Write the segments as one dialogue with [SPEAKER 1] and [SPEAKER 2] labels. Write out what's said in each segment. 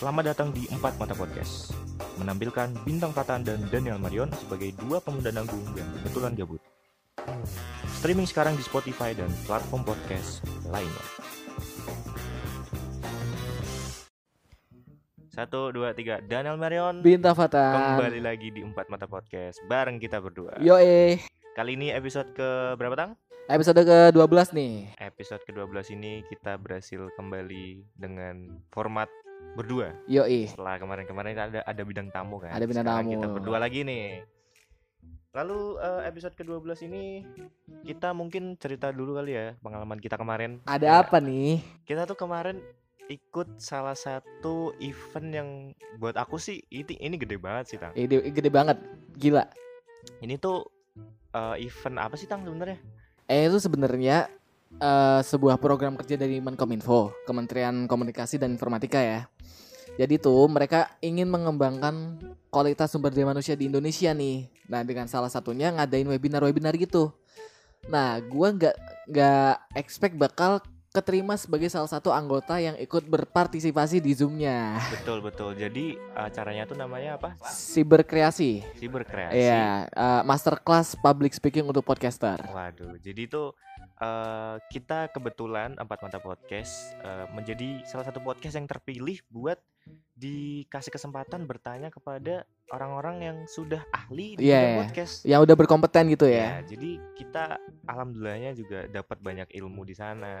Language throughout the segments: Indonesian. [SPEAKER 1] Selamat datang di Empat Mata Podcast, menampilkan Bintang Fatan dan Daniel Marion sebagai dua pemuda nanggung yang kebetulan gabut. Streaming sekarang di Spotify dan platform podcast lainnya. Satu, dua, tiga, Daniel Marion
[SPEAKER 2] Bintang Fatan.
[SPEAKER 1] kembali lagi di Empat Mata Podcast bareng kita berdua.
[SPEAKER 2] Yo eh
[SPEAKER 1] Kali ini episode ke berapa tang?
[SPEAKER 2] episode ke-12 nih.
[SPEAKER 1] Episode ke-12 ini kita berhasil kembali dengan format berdua.
[SPEAKER 2] Yo eh.
[SPEAKER 1] setelah kemarin-kemarin ada ada bidang tamu kan
[SPEAKER 2] Ada bidang
[SPEAKER 1] Sekarang
[SPEAKER 2] tamu.
[SPEAKER 1] kita berdua lagi nih lalu eh, episode ke-12 ini kita mungkin cerita dulu kali ya pengalaman kita kemarin Ya,
[SPEAKER 2] Ada apa nih?
[SPEAKER 1] kita tuh kemarin ikut salah satu event yang buat aku sih ini ini gede banget sih tang
[SPEAKER 2] Ide gede banget. Gila.
[SPEAKER 1] ini tuh eh, event apa sih tang sebenarnya
[SPEAKER 2] Eh itu sebenarnya eh, sebuah program kerja dari Menkominfo, Kementerian Komunikasi dan Informatika ya. Jadi tuh mereka ingin mengembangkan kualitas sumber daya manusia di Indonesia nih. Nah dengan salah satunya ngadain webinar-webinar gitu. Nah gua nggak nggak expect bakal keterima sebagai salah satu anggota yang ikut berpartisipasi di zoomnya.
[SPEAKER 1] betul betul jadi acaranya tuh namanya apa
[SPEAKER 2] Siberkreasi.
[SPEAKER 1] Siberkreasi
[SPEAKER 2] Iya, eh, masterclass public speaking untuk podcaster.
[SPEAKER 1] Waduh, jadi itu eh, kita kebetulan Empat Mata Podcast eh, menjadi salah satu podcast yang terpilih buat dikasih kesempatan bertanya kepada orang-orang yang sudah ahli di
[SPEAKER 2] Iya,
[SPEAKER 1] bidang
[SPEAKER 2] iya.
[SPEAKER 1] podcast.
[SPEAKER 2] Yang udah berkompeten gitu ya.
[SPEAKER 1] Ya, jadi kita alhamdulillahnya juga dapat banyak ilmu di sana.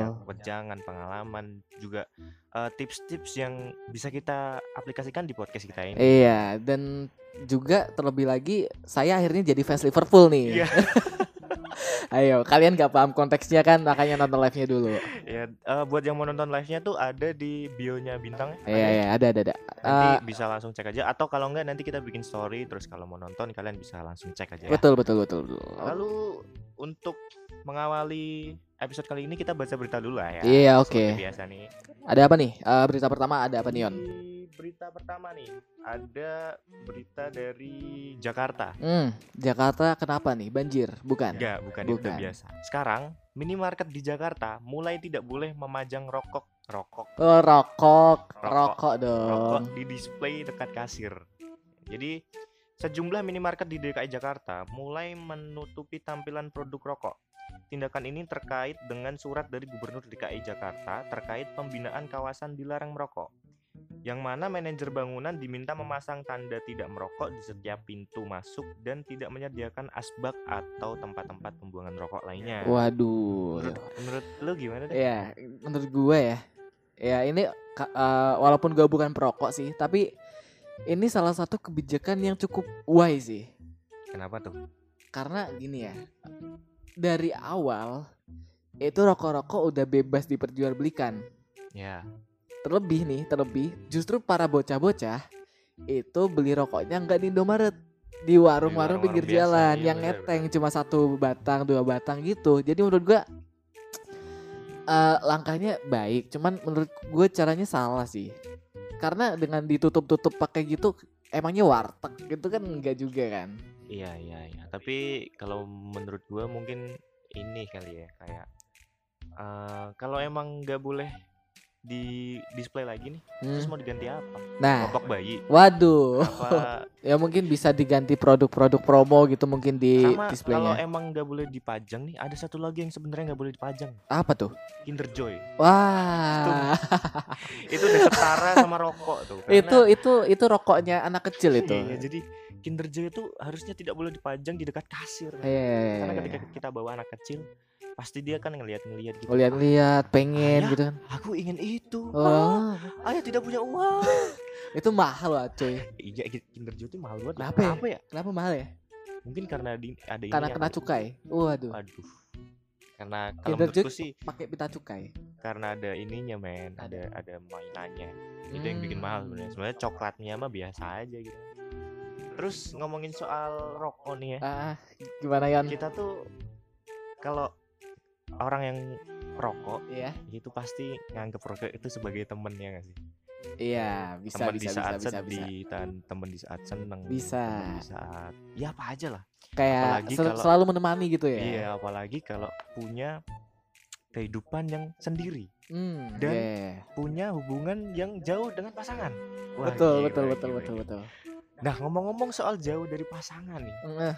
[SPEAKER 1] dapat Banyak pejangan, pengalaman, juga eh, tips-tips yang bisa kita aplikasikan di podcast kita ini.
[SPEAKER 2] Iya, dan juga terlebih lagi saya akhirnya jadi fans Liverpool nih.
[SPEAKER 1] Iya.
[SPEAKER 2] Ayo, kalian gak paham konteksnya kan, makanya nonton live-nya dulu.
[SPEAKER 1] Ya, eh, buat yang mau nonton live-nya tuh ada di bio-nya bintang ya.
[SPEAKER 2] Iya,
[SPEAKER 1] ada
[SPEAKER 2] iya, ada ada ada.
[SPEAKER 1] nanti
[SPEAKER 2] Eh,
[SPEAKER 1] bisa langsung cek aja atau kalau enggak nanti kita bikin story terus kalau mau nonton kalian bisa langsung cek aja ya.
[SPEAKER 2] betul, betul, betul, betul.
[SPEAKER 1] lalu untuk mengawali episode kali ini kita baca berita dulu lah ya
[SPEAKER 2] Iya, oke.
[SPEAKER 1] Seperti biasa nih
[SPEAKER 2] Ada apa nih? Eh, berita pertama ada apa nih, On?
[SPEAKER 1] Di berita pertama nih ada berita dari Jakarta
[SPEAKER 2] Hmm, Jakarta kenapa nih? Banjir, bukan?
[SPEAKER 1] enggak bukan, itu
[SPEAKER 2] Bukan.
[SPEAKER 1] biasa sekarang minimarket di Jakarta mulai tidak boleh memajang rokok rokok
[SPEAKER 2] Oh, rokok,
[SPEAKER 1] Rokok.
[SPEAKER 2] rokok dong.
[SPEAKER 1] rokok di display dekat kasir. Jadi sejumlah minimarket di DKI Jakarta mulai menutupi tampilan produk rokok. Tindakan ini terkait dengan surat dari Gubernur DKI Jakarta terkait pembinaan kawasan dilarang merokok. Yang mana manajer bangunan diminta memasang tanda tidak merokok di setiap pintu masuk dan tidak menyediakan asbak atau tempat-tempat pembuangan rokok lainnya.
[SPEAKER 2] iya. Waduh.
[SPEAKER 1] Menurut, menurut lu gimana deh?
[SPEAKER 2] Ya, menurut gue ya. Ya, ini ka- eh, walaupun gue bukan perokok sih, tapi ini salah satu kebijakan yang cukup wise sih.
[SPEAKER 1] Kenapa tuh?
[SPEAKER 2] Karena gini ya. Dari awal itu rokok-rokok udah bebas diperjualbelikan.
[SPEAKER 1] Ya,
[SPEAKER 2] Terlebih nih, terlebih justru para bocah-bocah itu beli rokoknya nggak di Indomaret di warung-warung
[SPEAKER 1] warung-warung
[SPEAKER 2] pinggir
[SPEAKER 1] biasa,
[SPEAKER 2] jalan
[SPEAKER 1] iya
[SPEAKER 2] yang
[SPEAKER 1] benar,
[SPEAKER 2] ngeteng cuma satu batang dua batang gitu jadi menurut gua eh, langkahnya baik cuman menurut gue caranya salah sih karena dengan ditutup-tutup pakai gitu emangnya warteg gitu kan enggak juga kan
[SPEAKER 1] Iya iya iya. Tapi kalau menurut gua mungkin ini kali ya kayak eh, kalau emang nggak boleh di display lagi nih, terus mau
[SPEAKER 2] Hmm.
[SPEAKER 1] diganti apa?
[SPEAKER 2] nah
[SPEAKER 1] Popok bayi?
[SPEAKER 2] waduh
[SPEAKER 1] Apa?
[SPEAKER 2] ya mungkin bisa diganti produk-produk promo gitu mungkin di
[SPEAKER 1] Sama kalau
[SPEAKER 2] displaynya
[SPEAKER 1] emang nggak boleh dipajang nih, ada satu lagi yang sebenarnya nggak boleh dipajang,
[SPEAKER 2] apa tuh
[SPEAKER 1] Kinder Joy.
[SPEAKER 2] wah
[SPEAKER 1] Itu udah setara sama rokok tuh. karena-
[SPEAKER 2] itu itu itu rokoknya anak kecil itu.
[SPEAKER 1] Iya, iya, jadi Kinder Joy itu harusnya tidak boleh dipajang di dekat kasir. kan.
[SPEAKER 2] Iya, iya, iya,
[SPEAKER 1] Karena
[SPEAKER 2] iya. Oh,
[SPEAKER 1] ketika kita bawa anak kecil, pasti dia kan ngeliat-ngeliat gitu.
[SPEAKER 2] Lihat-lihat, pengen
[SPEAKER 1] Ayah.
[SPEAKER 2] gitu kan.
[SPEAKER 1] Aku ingin itu. Ah,
[SPEAKER 2] Oh,
[SPEAKER 1] Ayah tidak punya uang.
[SPEAKER 2] itu mahal loh, cuy.
[SPEAKER 1] Iya, Kinder Joy itu mahal banget.
[SPEAKER 2] Kenapa ya?
[SPEAKER 1] ya?
[SPEAKER 2] Kenapa mahal ya?
[SPEAKER 1] Mungkin karena di, ada ini.
[SPEAKER 2] Karena kena cukai. Waduh,
[SPEAKER 1] Aduh. Karena kalau
[SPEAKER 2] Kinder Joy-
[SPEAKER 1] menurutku sih
[SPEAKER 2] pakai pita cukai.
[SPEAKER 1] karena ada ininya men, ada ada mainannya. Itu yang bikin
[SPEAKER 2] Hmm.
[SPEAKER 1] mahal sebenarnya. Sebenarnya coklatnya mah biasa aja gitu. Terus ngomongin soal rokok nih ya.
[SPEAKER 2] Ah, gimana Yon?
[SPEAKER 1] Kita tuh kalau orang yang rokok
[SPEAKER 2] Iya,
[SPEAKER 1] itu pasti nganggep rokok itu sebagai temennya gak sih?
[SPEAKER 2] iya, bisa,
[SPEAKER 1] temen di
[SPEAKER 2] bisa, bisa,
[SPEAKER 1] saat
[SPEAKER 2] bisa, bisa.
[SPEAKER 1] sedih, tan- temen di saat seneng,
[SPEAKER 2] Bisa.
[SPEAKER 1] temen di saat ya apa aja lah.
[SPEAKER 2] Kayak
[SPEAKER 1] Apalagi
[SPEAKER 2] sel-
[SPEAKER 1] kalau-
[SPEAKER 2] Iya. selalu menemani gitu ya.
[SPEAKER 1] Iya, apalagi kalau Iya, punya kehidupan yang sendiri,
[SPEAKER 2] Hmm,
[SPEAKER 1] Dan-
[SPEAKER 2] iya, iya, iya.
[SPEAKER 1] punya hubungan yang jauh dengan pasangan. Wah, gila,
[SPEAKER 2] betul, betul, betul,
[SPEAKER 1] gila,
[SPEAKER 2] betul,
[SPEAKER 1] gila.
[SPEAKER 2] betul.
[SPEAKER 1] Nah, ngomong-ngomong soal jauh dari pasangan nih,
[SPEAKER 2] Eh,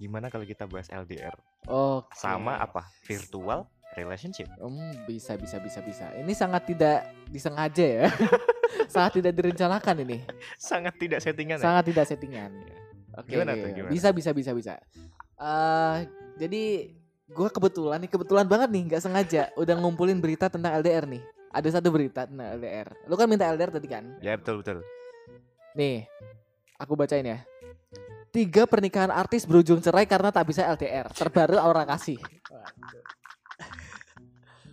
[SPEAKER 1] gimana kalau kita bahas LDR?
[SPEAKER 2] Oke.
[SPEAKER 1] Sama apa? Virtual relationship.
[SPEAKER 2] Hmm, bisa, bisa, bisa, bisa. Ini sangat tidak disengaja ya. sangat tidak direncanakan ini.
[SPEAKER 1] Sangat tidak settingan. ya?
[SPEAKER 2] Sangat tidak settingan.
[SPEAKER 1] Iya.
[SPEAKER 2] Oke.
[SPEAKER 1] Gimana tuh, gimana?
[SPEAKER 2] Bisa bisa bisa bisa. Eh, jadi gue kebetulan nih kebetulan banget nih nggak sengaja udah ngumpulin berita tentang LDR nih. Ada satu berita tentang LDR. Lu kan minta LDR tadi kan?
[SPEAKER 1] Ya betul betul.
[SPEAKER 2] Nih, aku bacain ya. Tiga pernikahan artis berujung cerai karena tak bisa LDR. Terbaru aura kasih.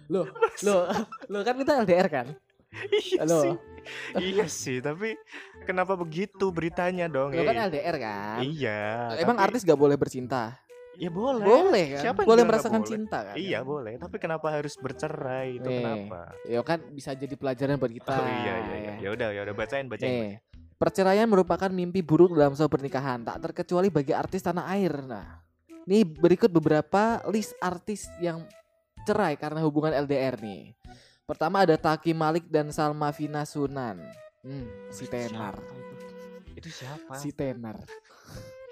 [SPEAKER 2] Loh, loh, loh kan kita LDR kan?
[SPEAKER 1] Iya
[SPEAKER 2] Halo.
[SPEAKER 1] sih. Iya sih, tapi kenapa begitu beritanya dong?
[SPEAKER 2] Loh
[SPEAKER 1] eh?
[SPEAKER 2] kan LDR kan?
[SPEAKER 1] Iya.
[SPEAKER 2] Emang
[SPEAKER 1] tapi-
[SPEAKER 2] artis gak boleh bercinta?
[SPEAKER 1] Ya boleh.
[SPEAKER 2] Boleh kan?
[SPEAKER 1] Siapa yang
[SPEAKER 2] boleh
[SPEAKER 1] bilang nggak
[SPEAKER 2] merasakan
[SPEAKER 1] boleh?
[SPEAKER 2] cinta kan?
[SPEAKER 1] Iya boleh, tapi kenapa harus bercerai? Itu
[SPEAKER 2] Nih.
[SPEAKER 1] kenapa?
[SPEAKER 2] Ya kan bisa jadi pelajaran buat kita.
[SPEAKER 1] Oh iya iya iya. Ya udah ya udah bacain bacain.
[SPEAKER 2] Nih, perceraian merupakan mimpi buruk dalam sebuah pernikahan, tak terkecuali bagi artis tanah air. Nah, ini berikut beberapa list artis yang cerai karena hubungan LDR nih. Pertama ada Taki Malik dan Salma Vina Sunan. Hmm, si tenar,
[SPEAKER 1] Siapa itu? Itu siapa?
[SPEAKER 2] si tenar.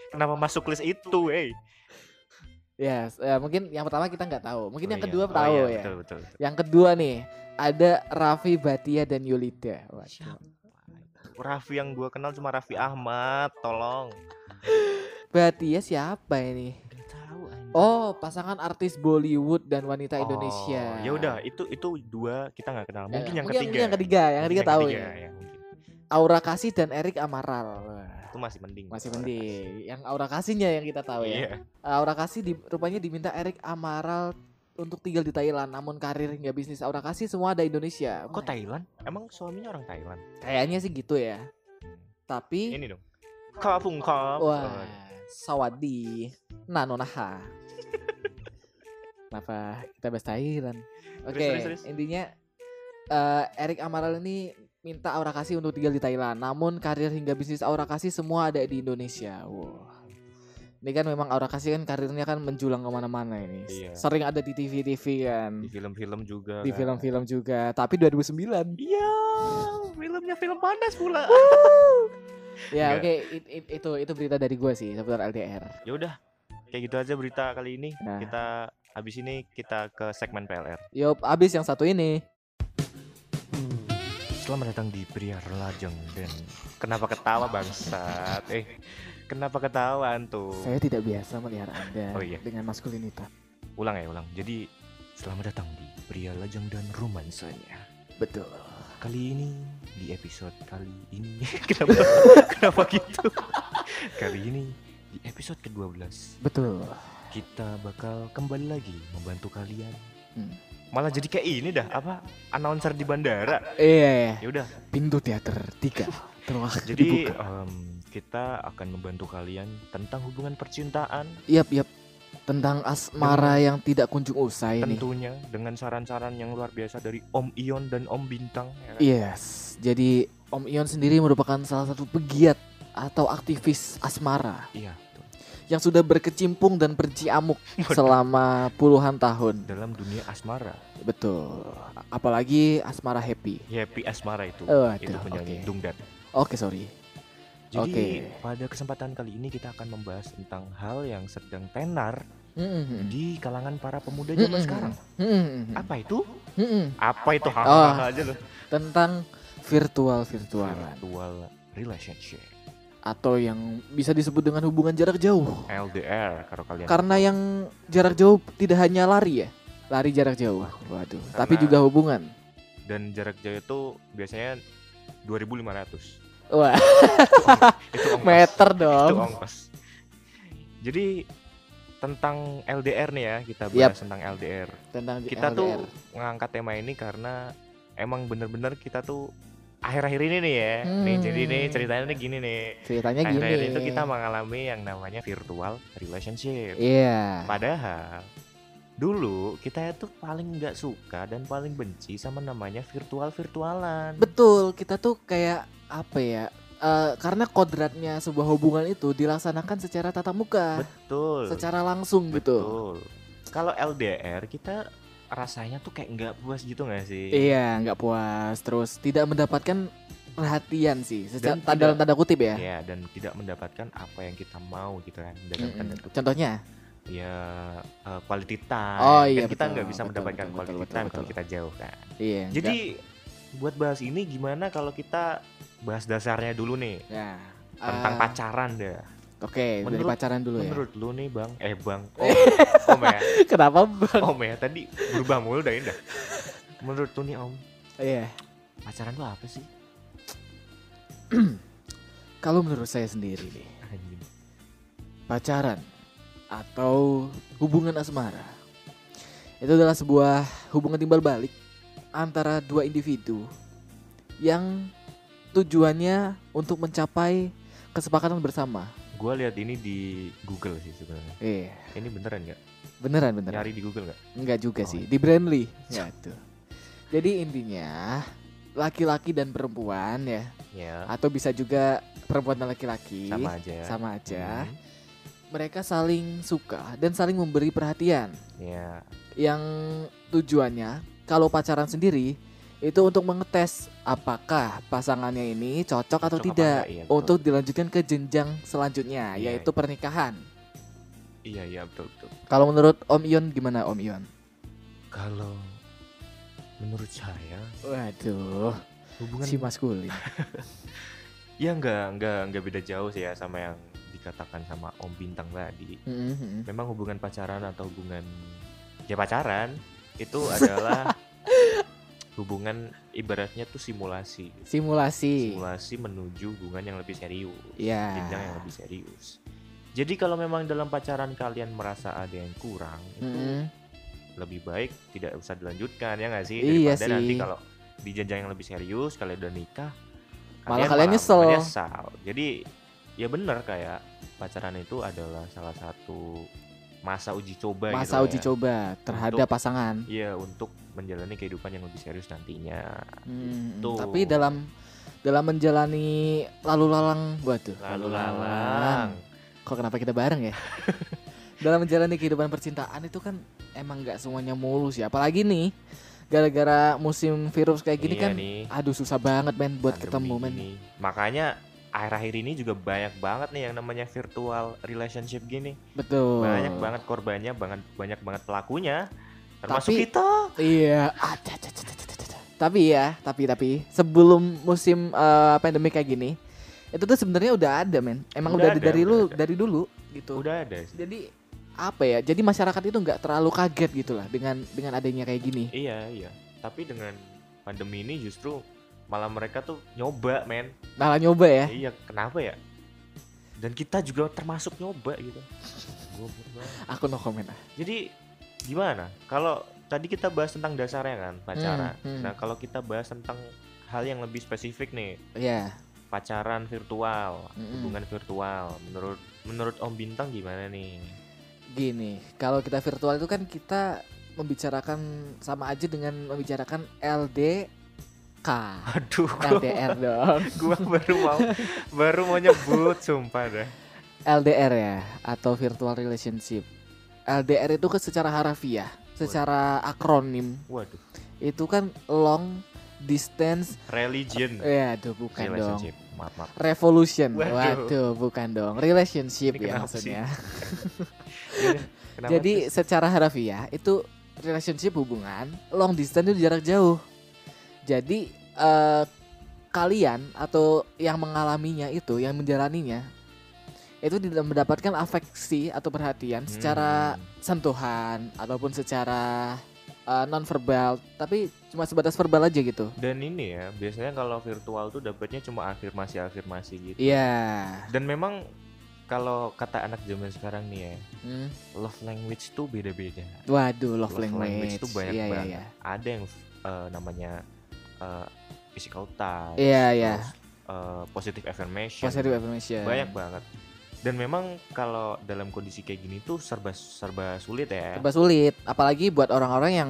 [SPEAKER 1] Kenapa masuk list itu, eh?
[SPEAKER 2] Ya, s- ya, mungkin yang pertama kita nggak tahu,
[SPEAKER 1] Oh
[SPEAKER 2] mungkin yang
[SPEAKER 1] iya.
[SPEAKER 2] kedua
[SPEAKER 1] Oh
[SPEAKER 2] tahu
[SPEAKER 1] iya,
[SPEAKER 2] ya.
[SPEAKER 1] Betul betul. betul.
[SPEAKER 2] Yang kedua nih ada Raffi Batia dan Yulida. Waduh.
[SPEAKER 1] Siapa? itu? Raffi yang gua kenal cuma Raffi Ahmad, tolong.
[SPEAKER 2] Batia siapa ini?
[SPEAKER 1] Gak tahu.
[SPEAKER 2] Oh, pasangan artis Bollywood dan wanita Indonesia. Nah,
[SPEAKER 1] Ya udah, itu itu dua kita nggak kenal. Mungkin yang
[SPEAKER 2] mungkin,
[SPEAKER 1] ketiga.
[SPEAKER 2] mungkin yang ketiga, yang
[SPEAKER 1] Mungkin
[SPEAKER 2] ketiga tahu
[SPEAKER 1] ketiga,
[SPEAKER 2] ya.
[SPEAKER 1] ya, mungkin.
[SPEAKER 2] Aura Kasih dan Erik Amaral. Wah,
[SPEAKER 1] Itu masih mending.
[SPEAKER 2] Masih
[SPEAKER 1] Orang kasih.
[SPEAKER 2] penting. Yang Aura Kasihnya yang kita tahu ya.
[SPEAKER 1] Iya.
[SPEAKER 2] Aura Kasih di, rupanya diminta Erik Amaral untuk tinggal di Thailand, namun karir hingga bisnis Aura Kasih semua ada Indonesia.
[SPEAKER 1] Oh, Kok Thailand? Emang suaminya orang Thailand?
[SPEAKER 2] Kayaknya sih gitu ya. Tapi
[SPEAKER 1] Ini dong. Kapung kap.
[SPEAKER 2] wah, sawadi, nanonaha. Kenapa kita bahas Thailand? Oke,
[SPEAKER 1] terus, terus.
[SPEAKER 2] intinya eh, Erik Amaral ini minta Aura Kasih untuk tinggal di Thailand. Namun karir hingga bisnis Aura Kasih semua ada di Indonesia. Wah. Ini kan memang Aura Kasih kan karirnya kan menjulang kemana-mana ini.
[SPEAKER 1] Iya.
[SPEAKER 2] Sering ada di TV-TV kan,
[SPEAKER 1] Di film-film juga.
[SPEAKER 2] di
[SPEAKER 1] kan.
[SPEAKER 2] film-film juga. Tapi 2009.
[SPEAKER 1] Iya, filmnya film panas pula.
[SPEAKER 2] ya
[SPEAKER 1] Enggak.
[SPEAKER 2] oke, it- it- itu itu berita dari gue sih seputar LDR.
[SPEAKER 1] ya udah, kayak gitu aja berita kali ini.
[SPEAKER 2] Nah.
[SPEAKER 1] Kita habis ini kita ke segmen PLR.
[SPEAKER 2] Yup, abis yang satu ini.
[SPEAKER 1] Selamat datang di Pria Lajeng dan kenapa ketawa bangsat? Eh, kenapa ketawa antum?
[SPEAKER 2] Saya tidak biasa melihat Anda
[SPEAKER 1] Oh iya.
[SPEAKER 2] dengan maskulinitas.
[SPEAKER 1] Ulang ya, ulang. Jadi, selamat datang di Pria Lajeng dan Romansanya.
[SPEAKER 2] Betul.
[SPEAKER 1] Kali ini di episode kali ini kenapa kenapa gitu? kali ini di episode ke-12
[SPEAKER 2] Betul.
[SPEAKER 1] kita bakal kembali lagi membantu kalian.
[SPEAKER 2] Hmm.
[SPEAKER 1] Malah jadi kayak ini dah apa announcer di bandara.
[SPEAKER 2] Iya, iya.
[SPEAKER 1] Ya udah,
[SPEAKER 2] pintu teater tiga telah
[SPEAKER 1] jadi oh.
[SPEAKER 2] dibuka.
[SPEAKER 1] em, kita akan membantu kalian tentang hubungan percintaan
[SPEAKER 2] Yap, yap. Tentang asmara yang tidak kunjung usai nih.
[SPEAKER 1] tentunya dengan saran-saran yang luar biasa dari Om Ion dan Om Bintang. ya
[SPEAKER 2] Iya.
[SPEAKER 1] kan?
[SPEAKER 2] Yes. Jadi Om Ion sendiri merupakan salah satu pegiat atau aktivis asmara
[SPEAKER 1] Iya.
[SPEAKER 2] yang sudah berkecimpung dan berciamuk selama puluhan tahun.
[SPEAKER 1] Dalam dunia asmara,
[SPEAKER 2] Betul. Apalagi asmara happy.
[SPEAKER 1] ya, happy asmara itu.
[SPEAKER 2] Oh,
[SPEAKER 1] itu
[SPEAKER 2] aduh,
[SPEAKER 1] penyanyi
[SPEAKER 2] oke.
[SPEAKER 1] Dungdat.
[SPEAKER 2] Oke, sorry.
[SPEAKER 1] Jadi
[SPEAKER 2] Oke.
[SPEAKER 1] pada kesempatan kali ini kita akan membahas tentang hal yang sedang tenar
[SPEAKER 2] Hmm. Mm-mm.
[SPEAKER 1] di kalangan para pemuda zaman
[SPEAKER 2] Mm-mm.
[SPEAKER 1] sekarang.
[SPEAKER 2] Mm-mm.
[SPEAKER 1] Apa itu?
[SPEAKER 2] Mm-mm.
[SPEAKER 1] Apa itu?
[SPEAKER 2] Oh.
[SPEAKER 1] Hahaha aja loh.
[SPEAKER 2] Tentang virtual-virtualan
[SPEAKER 1] Virtual relationship.
[SPEAKER 2] atau yang bisa disebut dengan hubungan jarak jauh.
[SPEAKER 1] LDR kalau kalian.
[SPEAKER 2] Karena yang jarak jauh tidak hanya lari ya, lari jarak jauh. Waduh. Tapi
[SPEAKER 1] Karena-
[SPEAKER 2] juga hubungan.
[SPEAKER 1] Dan jarak jauh itu biasanya 2500.
[SPEAKER 2] Wah,
[SPEAKER 1] Itu ongkos.
[SPEAKER 2] meter
[SPEAKER 1] Itu
[SPEAKER 2] dong.
[SPEAKER 1] ongkos. Jadi tentang LDR nih ya, kita
[SPEAKER 2] Yap.
[SPEAKER 1] bahas tentang LDR.
[SPEAKER 2] Tentang
[SPEAKER 1] Kita
[SPEAKER 2] LDR.
[SPEAKER 1] tuh ngangkat tema ini karena emang bener-bener kita tuh akhir-akhir ini nih ya. Nih
[SPEAKER 2] Hmm.
[SPEAKER 1] jadi nih ceritanya nih gini nih.
[SPEAKER 2] ceritanya gini.
[SPEAKER 1] Akhir-akhir itu gitu kita mengalami yang namanya virtual relationship.
[SPEAKER 2] Iya.
[SPEAKER 1] Padahal dulu kita itu paling nggak suka dan paling benci sama namanya virtual virtualan.
[SPEAKER 2] Betul, kita tuh kayak apa ya? eh, karena kodratnya sebuah hubungan itu dilaksanakan secara tatap muka,
[SPEAKER 1] Betul.
[SPEAKER 2] secara langsung gitu.
[SPEAKER 1] Betul. Kalau LDR kita rasanya tuh kayak nggak puas gitu nggak sih?
[SPEAKER 2] Iya, nggak puas terus tidak mendapatkan perhatian sih secara
[SPEAKER 1] Dan
[SPEAKER 2] ta-
[SPEAKER 1] tidak-
[SPEAKER 2] dalam tanda kutip ya.
[SPEAKER 1] Ya dan tidak mendapatkan apa yang kita mau gitu kan dalam
[SPEAKER 2] Mm-mm.
[SPEAKER 1] tanda kutip.
[SPEAKER 2] Contohnya,
[SPEAKER 1] Ya eh, quality time.
[SPEAKER 2] Oh,
[SPEAKER 1] Kan
[SPEAKER 2] iya,
[SPEAKER 1] kita
[SPEAKER 2] betul,
[SPEAKER 1] nggak bisa
[SPEAKER 2] betul,
[SPEAKER 1] mendapatkan
[SPEAKER 2] betul,
[SPEAKER 1] quality
[SPEAKER 2] betul, betul,
[SPEAKER 1] time kalau
[SPEAKER 2] betul.
[SPEAKER 1] kita jauh kan.
[SPEAKER 2] iya.
[SPEAKER 1] Jadi buat bahas ini gimana kalau kita bahas dasarnya dulu nih
[SPEAKER 2] nggak- nah,
[SPEAKER 1] tentang
[SPEAKER 2] eh,
[SPEAKER 1] pacaran deh.
[SPEAKER 2] Oke, dari
[SPEAKER 1] Menurut-
[SPEAKER 2] pacaran dulu ya.
[SPEAKER 1] Menurut lu nih bang, eh bang, om, om ya,
[SPEAKER 2] Kenapa? Bang?
[SPEAKER 1] om ya tadi berubah mulu dah indah. Menurut lu nih om,
[SPEAKER 2] Iya.
[SPEAKER 1] pacaran lu apa sih?
[SPEAKER 2] Kalau menurut saya sendiri nih,
[SPEAKER 1] Anjing.
[SPEAKER 2] pacaran atau hubungan asmara itu adalah sebuah hubungan timbal balik antara dua individu yang tujuannya untuk mencapai kesepakatan bersama.
[SPEAKER 1] Gua lihat ini di Google sih sebenarnya.
[SPEAKER 2] Eh,
[SPEAKER 1] Ini beneran nggak?
[SPEAKER 2] beneran beneran.
[SPEAKER 1] Nyari di Google nggak?
[SPEAKER 2] Enggak juga
[SPEAKER 1] Oh,
[SPEAKER 2] sih, di Brandly. Ya tuh. Jadi intinya laki-laki dan perempuan ya,
[SPEAKER 1] Ya,
[SPEAKER 2] atau bisa juga perempuan dan laki-laki
[SPEAKER 1] sama aja.
[SPEAKER 2] sama aja.
[SPEAKER 1] Hmm,
[SPEAKER 2] Mereka saling suka dan saling memberi perhatian
[SPEAKER 1] Ya,
[SPEAKER 2] yang tujuannya kalau pacaran sendiri itu untuk mengetes apakah pasangannya ini cocok atau
[SPEAKER 1] Cocok apa
[SPEAKER 2] tidak
[SPEAKER 1] enggak, iya, betul.
[SPEAKER 2] untuk dilanjutkan ke jenjang selanjutnya
[SPEAKER 1] Iya,
[SPEAKER 2] yaitu pernikahan.
[SPEAKER 1] iya, iya betul betul.
[SPEAKER 2] Kalau menurut Om Ion gimana Om Ion?
[SPEAKER 1] Kalau menurut saya
[SPEAKER 2] Waduh,
[SPEAKER 1] hubungan
[SPEAKER 2] si maskulin.
[SPEAKER 1] ya nggak nggak nggak beda jauh sih ya sama yang dikatakan sama Om Bintang tadi.
[SPEAKER 2] Mhm.
[SPEAKER 1] Memang hubungan pacaran atau hubungan ya pacaran itu adalah hubungan ibaratnya tuh simulasi.
[SPEAKER 2] Simulasi.
[SPEAKER 1] Simulasi menuju hubungan yang lebih serius.
[SPEAKER 2] Ya.
[SPEAKER 1] jenjang yang lebih serius. Jadi kalau memang dalam pacaran kalian merasa ada yang kurang, itu
[SPEAKER 2] Mm-mm.
[SPEAKER 1] lebih baik tidak usah dilanjutkan ya nggak sih?
[SPEAKER 2] Iya
[SPEAKER 1] Daripada nanti
[SPEAKER 2] sih.
[SPEAKER 1] kalau di jenjang yang lebih serius kalian udah nikah,
[SPEAKER 2] Malah kalian nyesel.
[SPEAKER 1] menyesal. Jadi ya benar kayak pacaran itu adalah salah satu masa uji coba.
[SPEAKER 2] Masa
[SPEAKER 1] gitu
[SPEAKER 2] uji
[SPEAKER 1] ya.
[SPEAKER 2] coba terhadap pasangan.
[SPEAKER 1] Iya untuk menjalani kehidupan yang lebih serius nantinya.
[SPEAKER 2] Mm-mm.
[SPEAKER 1] Gitu.
[SPEAKER 2] Tapi dalam dalam menjalani lalu lalang, waduh.
[SPEAKER 1] Lalu lalang.
[SPEAKER 2] Kok kenapa kita bareng ya? dalam menjalani kehidupan percintaan itu kan emang nggak semuanya mulus ya. Apalagi nih gara-gara musim virus kayak gini
[SPEAKER 1] Iya
[SPEAKER 2] kan.
[SPEAKER 1] nih.
[SPEAKER 2] Aduh susah banget men buat
[SPEAKER 1] pandemi
[SPEAKER 2] ketemu men.
[SPEAKER 1] gini. Makanya akhir-akhir ini juga banyak banget nih yang namanya virtual relationship gini.
[SPEAKER 2] Betul.
[SPEAKER 1] Banyak banget korbannya, banget banyak banget pelakunya. Termasuk
[SPEAKER 2] Tapi-
[SPEAKER 1] kita.
[SPEAKER 2] Iya. Ah, dah, dah, dah, dah, dah, dah, dah. Tapi ya, tapi tapi sebelum musim eh, pandemi kayak gini, itu tuh sebenarnya udah ada men. Emang
[SPEAKER 1] Udah
[SPEAKER 2] udah, ada
[SPEAKER 1] ada,
[SPEAKER 2] dari
[SPEAKER 1] udah
[SPEAKER 2] lu
[SPEAKER 1] ada.
[SPEAKER 2] dari dulu gitu.
[SPEAKER 1] Udah ada sih.
[SPEAKER 2] Jadi apa ya? Jadi masyarakat itu nggak terlalu kaget gitu lah dengan dengan adanya kayak gini.
[SPEAKER 1] Iya, iya. Tapi dengan pandemi ini justru malah mereka tuh nyoba, men.
[SPEAKER 2] Malah nyoba ya.
[SPEAKER 1] Iya, kenapa ya? Dan kita juga termasuk nyoba gitu. Goblok banget.
[SPEAKER 2] Aku no comment ah.
[SPEAKER 1] Jadi gimana? Kalau tadi kita bahas tentang dasarnya kan, pacaran.
[SPEAKER 2] Hmm, hmm.
[SPEAKER 1] Nah, kalau kita bahas tentang hal yang lebih spesifik nih,
[SPEAKER 2] Iya.
[SPEAKER 1] pacaran virtual,
[SPEAKER 2] Mm-mm.
[SPEAKER 1] hubungan virtual. Menurut menurut Om Bintang gimana nih?
[SPEAKER 2] Gini, kalau kita virtual itu kan kita membicarakan sama aja dengan membicarakan LDK.
[SPEAKER 1] Aduh, gua,
[SPEAKER 2] LDR dong.
[SPEAKER 1] gua baru mau baru mau nyebut sumpah dah.
[SPEAKER 2] LDR ya atau virtual relationship. LDR itu ke secara harafiah, secara akronim
[SPEAKER 1] Waduh,
[SPEAKER 2] itu kan long distance
[SPEAKER 1] religion
[SPEAKER 2] ya aduh bukan dong.
[SPEAKER 1] relationship. Maaf, maaf.
[SPEAKER 2] Revolution.
[SPEAKER 1] Waduh.
[SPEAKER 2] Waduh. bukan dong. Relationship
[SPEAKER 1] Ini
[SPEAKER 2] ya
[SPEAKER 1] kenapa
[SPEAKER 2] maksudnya.
[SPEAKER 1] Iya, kenapa
[SPEAKER 2] Jadi secara harafiah itu relationship hubungan long distance itu jarak jauh. Jadi eh, kalian atau yang mengalaminya itu, yang menjalaninya itu tidak mendapatkan afeksi atau perhatian
[SPEAKER 1] tuh?
[SPEAKER 2] secara
[SPEAKER 1] Hmm,
[SPEAKER 2] sentuhan ataupun secara non verbal, tapi cuma sebatas verbal aja gitu.
[SPEAKER 1] dan ini ya, biasanya kalau virtual tuh dapatnya cuma afirmasi-afirmasi gitu.
[SPEAKER 2] Iya.
[SPEAKER 1] Dan memang kalau kata anak zaman sekarang nih ya,
[SPEAKER 2] Hmm.
[SPEAKER 1] love language tuh beda-beda.
[SPEAKER 2] Waduh, love,
[SPEAKER 1] Love language
[SPEAKER 2] language.
[SPEAKER 1] tuh banyak
[SPEAKER 2] iya, iya,
[SPEAKER 1] banget.
[SPEAKER 2] iya.
[SPEAKER 1] Ada yang eh, namanya eh, physical touch.
[SPEAKER 2] Iya, iya.
[SPEAKER 1] terus, eh, positive affirmation
[SPEAKER 2] Positive affirmation.
[SPEAKER 1] banyak banget dan memang kalau dalam kondisi kayak gini tuh serba serba sulit ya
[SPEAKER 2] serba sulit apalagi buat orang-orang yang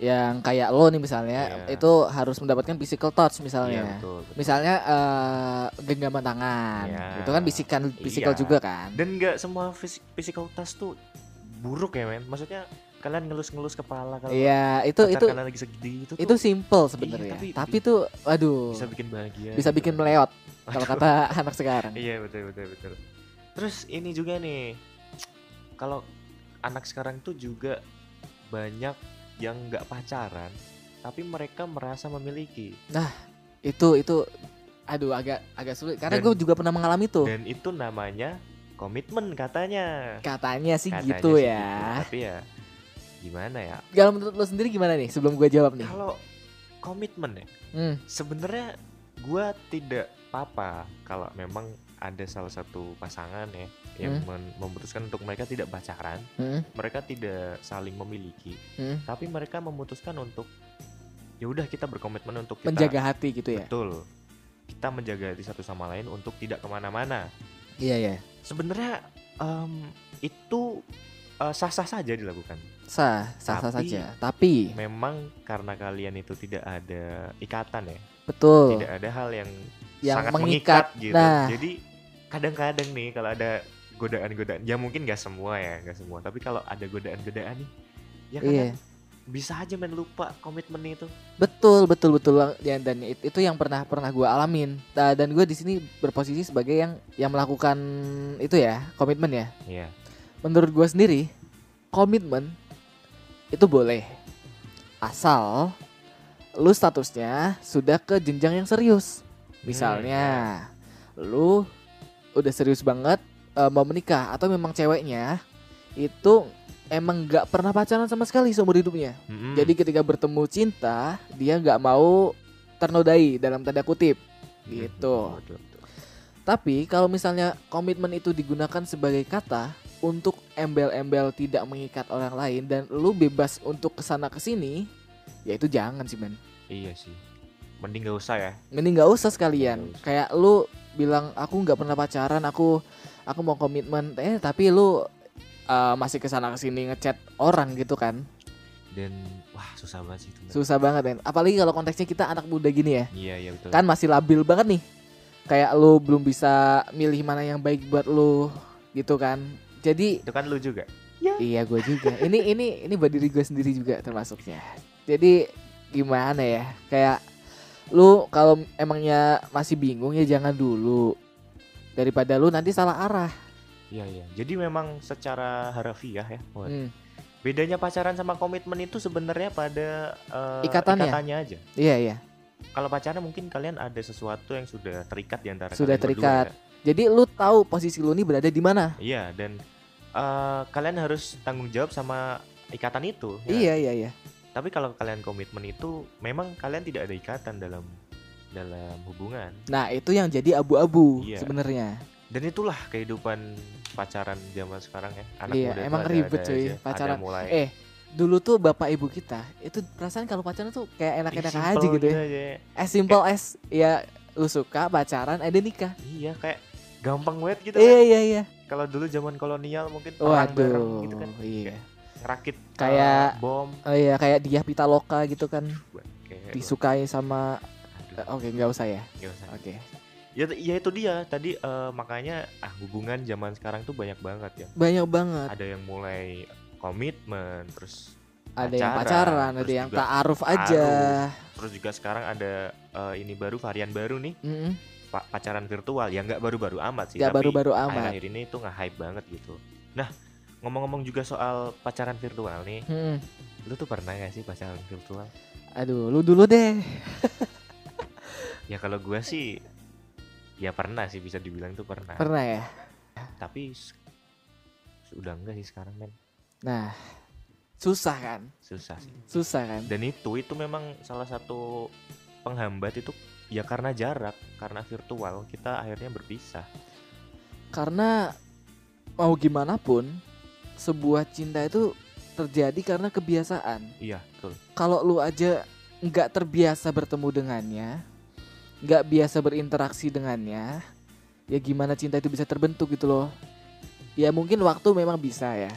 [SPEAKER 2] yang kayak lo nih misalnya
[SPEAKER 1] Iya.
[SPEAKER 2] itu harus mendapatkan physical touch
[SPEAKER 1] iya
[SPEAKER 2] misalnya
[SPEAKER 1] betul betul.
[SPEAKER 2] misalnya eh, genggaman tangan
[SPEAKER 1] Iya.
[SPEAKER 2] itu kan bisikan physical
[SPEAKER 1] Iya.
[SPEAKER 2] juga kan
[SPEAKER 1] dan nggak semua fisik physical touch tuh buruk ya men maksudnya kalian ngelus-ngelus kepala kalau
[SPEAKER 2] Iya, itu
[SPEAKER 1] pacar
[SPEAKER 2] itu
[SPEAKER 1] kalian lagi segede itu
[SPEAKER 2] itu
[SPEAKER 1] tuh iya,
[SPEAKER 2] simple sebenarnya.
[SPEAKER 1] tapi-
[SPEAKER 2] tapi, tuh aduh
[SPEAKER 1] bisa bikin bahagia.
[SPEAKER 2] bisa
[SPEAKER 1] gitu.
[SPEAKER 2] bikin meleot kalau
[SPEAKER 1] Aduh.
[SPEAKER 2] kata anak sekarang.
[SPEAKER 1] Iya betul betul betul. Terus ini juga nih, kalau anak sekarang tuh juga banyak yang nggak pacaran, tapi mereka merasa memiliki
[SPEAKER 2] Itu itu aduh agak agak sulit karena
[SPEAKER 1] Dan-
[SPEAKER 2] gue juga pernah mengalami tuh.
[SPEAKER 1] dan itu namanya komitmen katanya.
[SPEAKER 2] Katanya sih
[SPEAKER 1] Katanya
[SPEAKER 2] gitu
[SPEAKER 1] sih
[SPEAKER 2] ya.
[SPEAKER 1] gitu, Tapi ya gimana ya?
[SPEAKER 2] Kalau menurut lo sendiri gimana nih sebelum gue jawab nih?
[SPEAKER 1] Kalau komitmen ya,
[SPEAKER 2] Hmm,
[SPEAKER 1] sebenarnya gua tidak apa kalau memang ada salah satu pasangan ya yang men- memutuskan untuk mereka tidak pacaran,
[SPEAKER 2] hmm,
[SPEAKER 1] mereka tidak saling memiliki,
[SPEAKER 2] hmm.
[SPEAKER 1] tapi mereka memutuskan untuk ya udah kita berkomitmen untuk kita
[SPEAKER 2] Menjaga hati gitu ya.
[SPEAKER 1] betul kita menjaga diri satu sama lain untuk tidak kemana-mana
[SPEAKER 2] Iya ya.
[SPEAKER 1] sebenarnya em, itu eh, sah-sah saja dilakukan
[SPEAKER 2] Sah, sah, sah
[SPEAKER 1] Tapi-
[SPEAKER 2] saja. Tapi
[SPEAKER 1] memang karena kalian itu tidak ada ikatan ya
[SPEAKER 2] betul
[SPEAKER 1] tidak ada hal yang,
[SPEAKER 2] yang
[SPEAKER 1] sangat
[SPEAKER 2] mengikat.
[SPEAKER 1] mengikat, gitu
[SPEAKER 2] Nah,
[SPEAKER 1] jadi kadang-kadang nih kalau ada godaan-godaan ya mungkin nggak semua ya nggak semua tapi kalau ada godaan-godaan nih ya kan
[SPEAKER 2] iya.
[SPEAKER 1] bisa aja main lupa komitmen itu
[SPEAKER 2] Betul, betul, betul. Dan, dan it- itu yang pernah pernah gue alamin. Nah, Dan gue di sini berposisi sebagai yang yang melakukan itu ya komitmen ya.
[SPEAKER 1] Iya
[SPEAKER 2] Menurut gue sendiri komitmen itu boleh asal lu statusnya sudah ke jenjang yang serius. Misalnya lu udah serius banget eh, mau menikah atau memang ceweknya itu emang nggak pernah pacaran sama sekali seumur hidupnya.
[SPEAKER 1] Mm-mm.
[SPEAKER 2] Jadi ketika bertemu cinta, dia nggak mau ternodai dalam tanda kutip.
[SPEAKER 1] Mm,
[SPEAKER 2] gitu.
[SPEAKER 1] betul, betul.
[SPEAKER 2] Tapi kalau misalnya komitmen itu digunakan sebagai kata untuk embel-embel tidak mengikat orang lain dan lu bebas untuk kesana kesini, ya itu jangan sih men.
[SPEAKER 1] Iya sih. Mending gak usah ya.
[SPEAKER 2] Ini nggak usah sekalian.
[SPEAKER 1] Nggak usah.
[SPEAKER 2] Kayak lu bilang aku nggak pernah pacaran, aku aku mau komitmen, eh tapi lu eh, masih kesana kesini ngechat orang gitu kan,
[SPEAKER 1] Dan wah susah banget sih itu. men.
[SPEAKER 2] susah banget men. Apalagi kalau konteksnya kita anak muda gini ya.
[SPEAKER 1] Iya iya betul.
[SPEAKER 2] kan masih labil banget nih kayak lu belum bisa milih mana yang baik buat lu gitu kan jadi
[SPEAKER 1] Itu kan lu juga.
[SPEAKER 2] iya gue juga ini ini ini buat diri gue sendiri juga termasuknya jadi gimana ya kayak lu kalau emangnya masih bingung ya jangan dulu daripada lu nanti salah arah
[SPEAKER 1] Iya iya. Jadi memang secara harafiah ya. wah,
[SPEAKER 2] Hmm,
[SPEAKER 1] Bedanya pacaran sama komitmen itu sebenarnya pada eh,
[SPEAKER 2] Ikatannya.
[SPEAKER 1] aja.
[SPEAKER 2] iya iya
[SPEAKER 1] Kalau pacaran mungkin kalian ada sesuatu yang sudah terikat di antara
[SPEAKER 2] Sudah
[SPEAKER 1] kalian berdua,
[SPEAKER 2] terikat.
[SPEAKER 1] ya.
[SPEAKER 2] jadi lu tahu posisi lu nih berada di mana
[SPEAKER 1] Iya dan eh, kalian harus tanggung jawab sama ikatan itu. ya.
[SPEAKER 2] iya iya iya
[SPEAKER 1] Tapi kalau kalian komitmen itu memang kalian tidak ada ikatan dalam dalam hubungan.
[SPEAKER 2] nah itu yang jadi abu-abu
[SPEAKER 1] Iya.
[SPEAKER 2] sebenarnya
[SPEAKER 1] dan itulah kehidupan pacaran zaman sekarang ya anak
[SPEAKER 2] Iya,
[SPEAKER 1] muda tuh
[SPEAKER 2] emang
[SPEAKER 1] ada-ada
[SPEAKER 2] ribet, cuy,
[SPEAKER 1] aja. Ada
[SPEAKER 2] pacaran.
[SPEAKER 1] mulai
[SPEAKER 2] Eh, dulu tuh bapak ibu kita itu perasaan kalau pacaran tuh kayak
[SPEAKER 1] ih,
[SPEAKER 2] enak-enak
[SPEAKER 1] simple
[SPEAKER 2] aja gitu ya.
[SPEAKER 1] Iya, aja ya.
[SPEAKER 2] As simple as ya lu suka pacaran ada nikah.
[SPEAKER 1] iya kayak gampang banget gitu
[SPEAKER 2] Iya
[SPEAKER 1] kan
[SPEAKER 2] iya iya.
[SPEAKER 1] kalau dulu zaman kolonial mungkin perang bareng
[SPEAKER 2] Waduh.
[SPEAKER 1] gitu kan
[SPEAKER 2] Iya.
[SPEAKER 1] rakit
[SPEAKER 2] Kayak-
[SPEAKER 1] bom
[SPEAKER 2] Oh iya kayak dia pitaloka gitu kan
[SPEAKER 1] Kayak- gitu.
[SPEAKER 2] disukai sama
[SPEAKER 1] aduh,
[SPEAKER 2] eh, oke nggak usah ya.
[SPEAKER 1] nggak usah.
[SPEAKER 2] Oke.
[SPEAKER 1] ya t- ya itu dia tadi eh, makanya ah hubungan zaman sekarang tuh banyak banget ya
[SPEAKER 2] Banyak banget.
[SPEAKER 1] ada yang mulai komitmen terus
[SPEAKER 2] Ada yang
[SPEAKER 1] Pacaran,
[SPEAKER 2] pacaran, ada
[SPEAKER 1] terus
[SPEAKER 2] yang
[SPEAKER 1] juga
[SPEAKER 2] ta'aruf aja.
[SPEAKER 1] terus juga sekarang ada eh, ini baru varian baru nih
[SPEAKER 2] Mm-mm.
[SPEAKER 1] pa- pacaran virtual ya nggak baru-baru amat sih
[SPEAKER 2] Nggak
[SPEAKER 1] tapi gitu.
[SPEAKER 2] baru-baru amat.
[SPEAKER 1] akhir-akhir ini tuh nge-hype banget gitu. Nah, ngomong-ngomong juga soal pacaran virtual nih,
[SPEAKER 2] Mm-mm.
[SPEAKER 1] lu tuh pernah gak sih pacaran virtual?
[SPEAKER 2] Aduh, lu dulu deh.
[SPEAKER 1] Nah. Ya kalau gua sih, ya pernah sih bisa dibilang tuh pernah.
[SPEAKER 2] Pernah ya?
[SPEAKER 1] Tapi s- sudah enggak sih sekarang men,
[SPEAKER 2] Nah, susah kan?
[SPEAKER 1] susah sih.
[SPEAKER 2] Susah kan?
[SPEAKER 1] Dan itu itu memang salah satu penghambat itu ya karena jarak, karena virtual kita akhirnya berpisah.
[SPEAKER 2] karena mau gimana pun sebuah cinta itu terjadi karena kebiasaan.
[SPEAKER 1] Iya, betul.
[SPEAKER 2] Kalau lu aja nggak terbiasa bertemu dengannya, nggak biasa berinteraksi dengannya, ya gimana cinta itu bisa terbentuk gitu loh? Ya mungkin waktu memang bisa ya.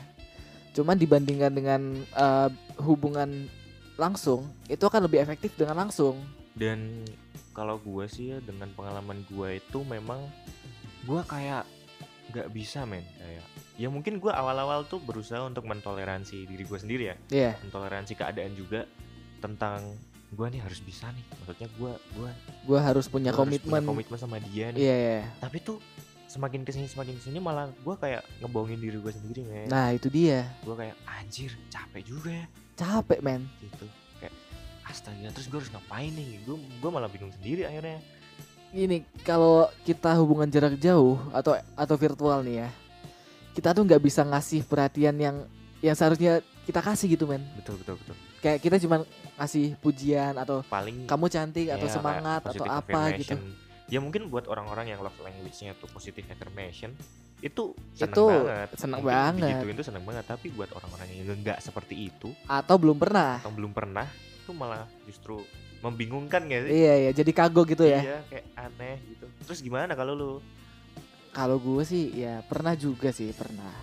[SPEAKER 2] Cuman dibandingkan dengan eh, hubungan langsung, itu akan lebih efektif dengan langsung.
[SPEAKER 1] dan kalau gue sih ya dengan pengalaman gue itu memang gue kayak nggak bisa men kayak ya mungkin gue awal-awal tuh berusaha untuk mentoleransi diri gue sendiri ya
[SPEAKER 2] Iya.
[SPEAKER 1] mentoleransi keadaan juga tentang gue nih harus bisa nih maksudnya gue gue
[SPEAKER 2] Gue harus punya
[SPEAKER 1] harus punya
[SPEAKER 2] komitmen.
[SPEAKER 1] komitmen sama dia nih
[SPEAKER 2] Iya. iya.
[SPEAKER 1] tapi tuh semakin kesini semakin kesini malah gue kayak ngebohongin diri gue sendiri men
[SPEAKER 2] Nah itu dia.
[SPEAKER 1] gue kayak anjir capek juga ya
[SPEAKER 2] Capek men.
[SPEAKER 1] gitu kayak astaga terus gue harus ngapain nih gue gue malah bingung sendiri akhirnya
[SPEAKER 2] Gini kalau kita hubungan jarak jauh atau atau virtual nih ya, kita tuh nggak bisa ngasih perhatian yang yang seharusnya kita kasih gitu men.
[SPEAKER 1] betul betul betul
[SPEAKER 2] Kayak kita cuman ngasih pujian atau
[SPEAKER 1] paling
[SPEAKER 2] kamu cantik
[SPEAKER 1] ya,
[SPEAKER 2] atau
[SPEAKER 1] kayak
[SPEAKER 2] semangat atau
[SPEAKER 1] positive
[SPEAKER 2] apa gitu.
[SPEAKER 1] affirmation. ya mungkin buat orang-orang yang love language-nya tuh positive affirmation itu seneng
[SPEAKER 2] Itu
[SPEAKER 1] banget
[SPEAKER 2] seneng
[SPEAKER 1] Mungkin
[SPEAKER 2] banget.
[SPEAKER 1] digituin tuh seneng banget tapi buat orang-orang yang enggak seperti itu
[SPEAKER 2] Atau belum pernah.
[SPEAKER 1] atau belum pernah itu malah justru membingungkan gak sih
[SPEAKER 2] Iya ya, jadi kagok gitu ya.
[SPEAKER 1] iya kayak aneh gitu terus gimana kalau lu
[SPEAKER 2] Kalau gue sih ya pernah juga sih pernah.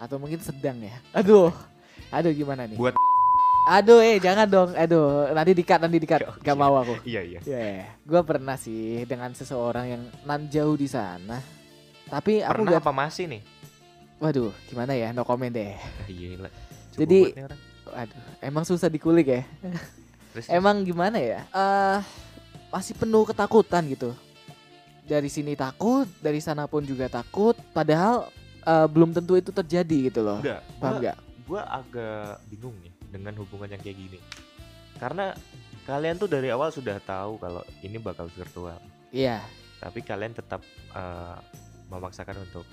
[SPEAKER 2] Atau mungkin sedang ya. Aduh. Aduh gimana nih?
[SPEAKER 1] Buat-
[SPEAKER 2] Aduh eh jangan dong. Aduh nanti dikat nanti dikat.
[SPEAKER 1] Ya, oke.
[SPEAKER 2] Gak mau aku.
[SPEAKER 1] iya iya
[SPEAKER 2] Ya, gue pernah sih dengan seseorang yang nan jauh di sana. Tapi aku
[SPEAKER 1] pernah
[SPEAKER 2] gak,
[SPEAKER 1] apa masih nih
[SPEAKER 2] waduh gimana ya no comment deh.
[SPEAKER 1] Ah, gila. Coba
[SPEAKER 2] Jadi-
[SPEAKER 1] buat nih orang.
[SPEAKER 2] Aduh, emang susah dikulik ya.
[SPEAKER 1] terus
[SPEAKER 2] Emang gimana ya? Eh masih penuh ketakutan gitu. Dari sini takut, dari sana pun juga takut. Padahal eh, belum tentu itu terjadi gitu loh.
[SPEAKER 1] enggak
[SPEAKER 2] Paham nggak?
[SPEAKER 1] gue agak bingung nih dengan hubungan yang kayak gini karena kalian tuh dari awal sudah tahu kalau ini bakal virtual
[SPEAKER 2] Iya.
[SPEAKER 1] tapi kalian tetap eh, memaksakan untuk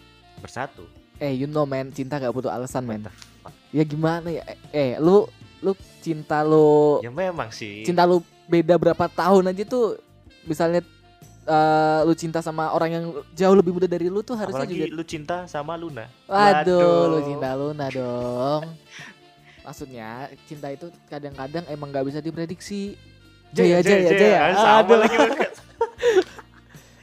[SPEAKER 1] bersatu
[SPEAKER 2] Eh, you know man, cinta gak butuh alasan
[SPEAKER 1] What
[SPEAKER 2] men.
[SPEAKER 1] the fuck?
[SPEAKER 2] Ya gimana ya? Eh, eh, lu lu cinta lu
[SPEAKER 1] ya memang sih
[SPEAKER 2] cinta lu beda berapa tahun aja tuh misalnya eh, lu cinta sama orang yang jauh lebih muda dari lu tuh harusnya
[SPEAKER 1] apalagi
[SPEAKER 2] juga
[SPEAKER 1] lu cinta sama Luna
[SPEAKER 2] Waduh, lu
[SPEAKER 1] Waduh.
[SPEAKER 2] cinta Luna dong. Maksudnya cinta itu kadang-kadang emang nggak bisa diprediksi. Jaya jaya jaya.
[SPEAKER 1] sama
[SPEAKER 2] Aduh.
[SPEAKER 1] lagi lu. kan.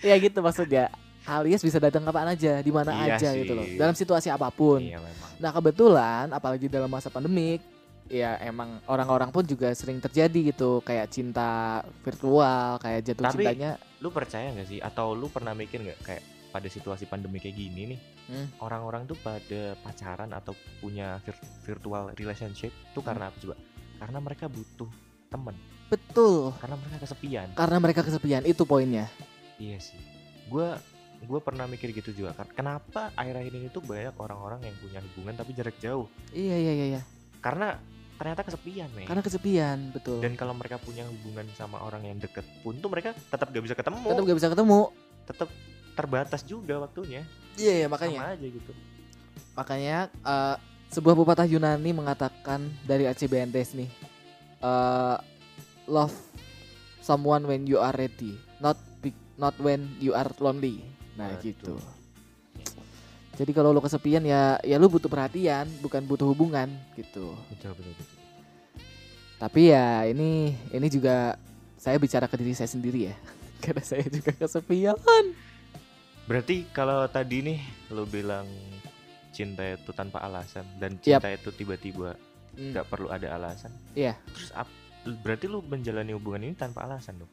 [SPEAKER 2] ya gitu maksudnya. Alias bisa datang kapan aja, di mana
[SPEAKER 1] Iya
[SPEAKER 2] aja
[SPEAKER 1] sih.
[SPEAKER 2] gitu loh. Dalam situasi apapun.
[SPEAKER 1] iya memang
[SPEAKER 2] Nah kebetulan apalagi dalam masa pandemik ya emang orang-orang pun juga sering terjadi gitu kayak cinta virtual kayak jatuh
[SPEAKER 1] Tapi-
[SPEAKER 2] cintanya
[SPEAKER 1] lu percaya nggak sih atau lu pernah mikir nggak kayak pada situasi pandemi kayak gini nih
[SPEAKER 2] Hmm.
[SPEAKER 1] orang-orang tuh pada pacaran atau punya vir- virtual relationship
[SPEAKER 2] Hmm.
[SPEAKER 1] tuh karena apa coba karena mereka butuh temen
[SPEAKER 2] betul
[SPEAKER 1] karena mereka kesepian
[SPEAKER 2] karena mereka kesepian itu poinnya
[SPEAKER 1] iya sih gua gua pernah mikir gitu juga kan kenapa akhir-akhir ini tuh banyak orang-orang yang punya hubungan tapi jarak jauh
[SPEAKER 2] iya iya iya, iya.
[SPEAKER 1] karena ternyata kesepian men
[SPEAKER 2] karena kesepian betul
[SPEAKER 1] dan kalau mereka punya hubungan sama orang yang deket pun tuh mereka tetap gak bisa ketemu
[SPEAKER 2] tetap gak bisa ketemu
[SPEAKER 1] tetap terbatas juga waktunya
[SPEAKER 2] iya iya makanya
[SPEAKER 1] sama aja gitu
[SPEAKER 2] makanya eh, sebuah pepatah Yunani mengatakan dari Acibentes nih eh, love someone when you are ready not be- not when you are lonely nah
[SPEAKER 1] Waduh.
[SPEAKER 2] gitu jadi kalau lo kesepian ya ya lo butuh perhatian bukan butuh hubungan gitu
[SPEAKER 1] betul betul betul
[SPEAKER 2] tapi ya ini ini juga saya bicara ke diri saya sendiri ya karena saya juga kesepian
[SPEAKER 1] Berarti kalau tadi nih lo bilang cinta itu tanpa alasan dan
[SPEAKER 2] Yap.
[SPEAKER 1] cinta itu tiba-tiba
[SPEAKER 2] Hmm.
[SPEAKER 1] nggak perlu ada alasan.
[SPEAKER 2] Iya.
[SPEAKER 1] Terus ap- berarti lu menjalani hubungan ini tanpa alasan
[SPEAKER 2] Hmm.
[SPEAKER 1] dong?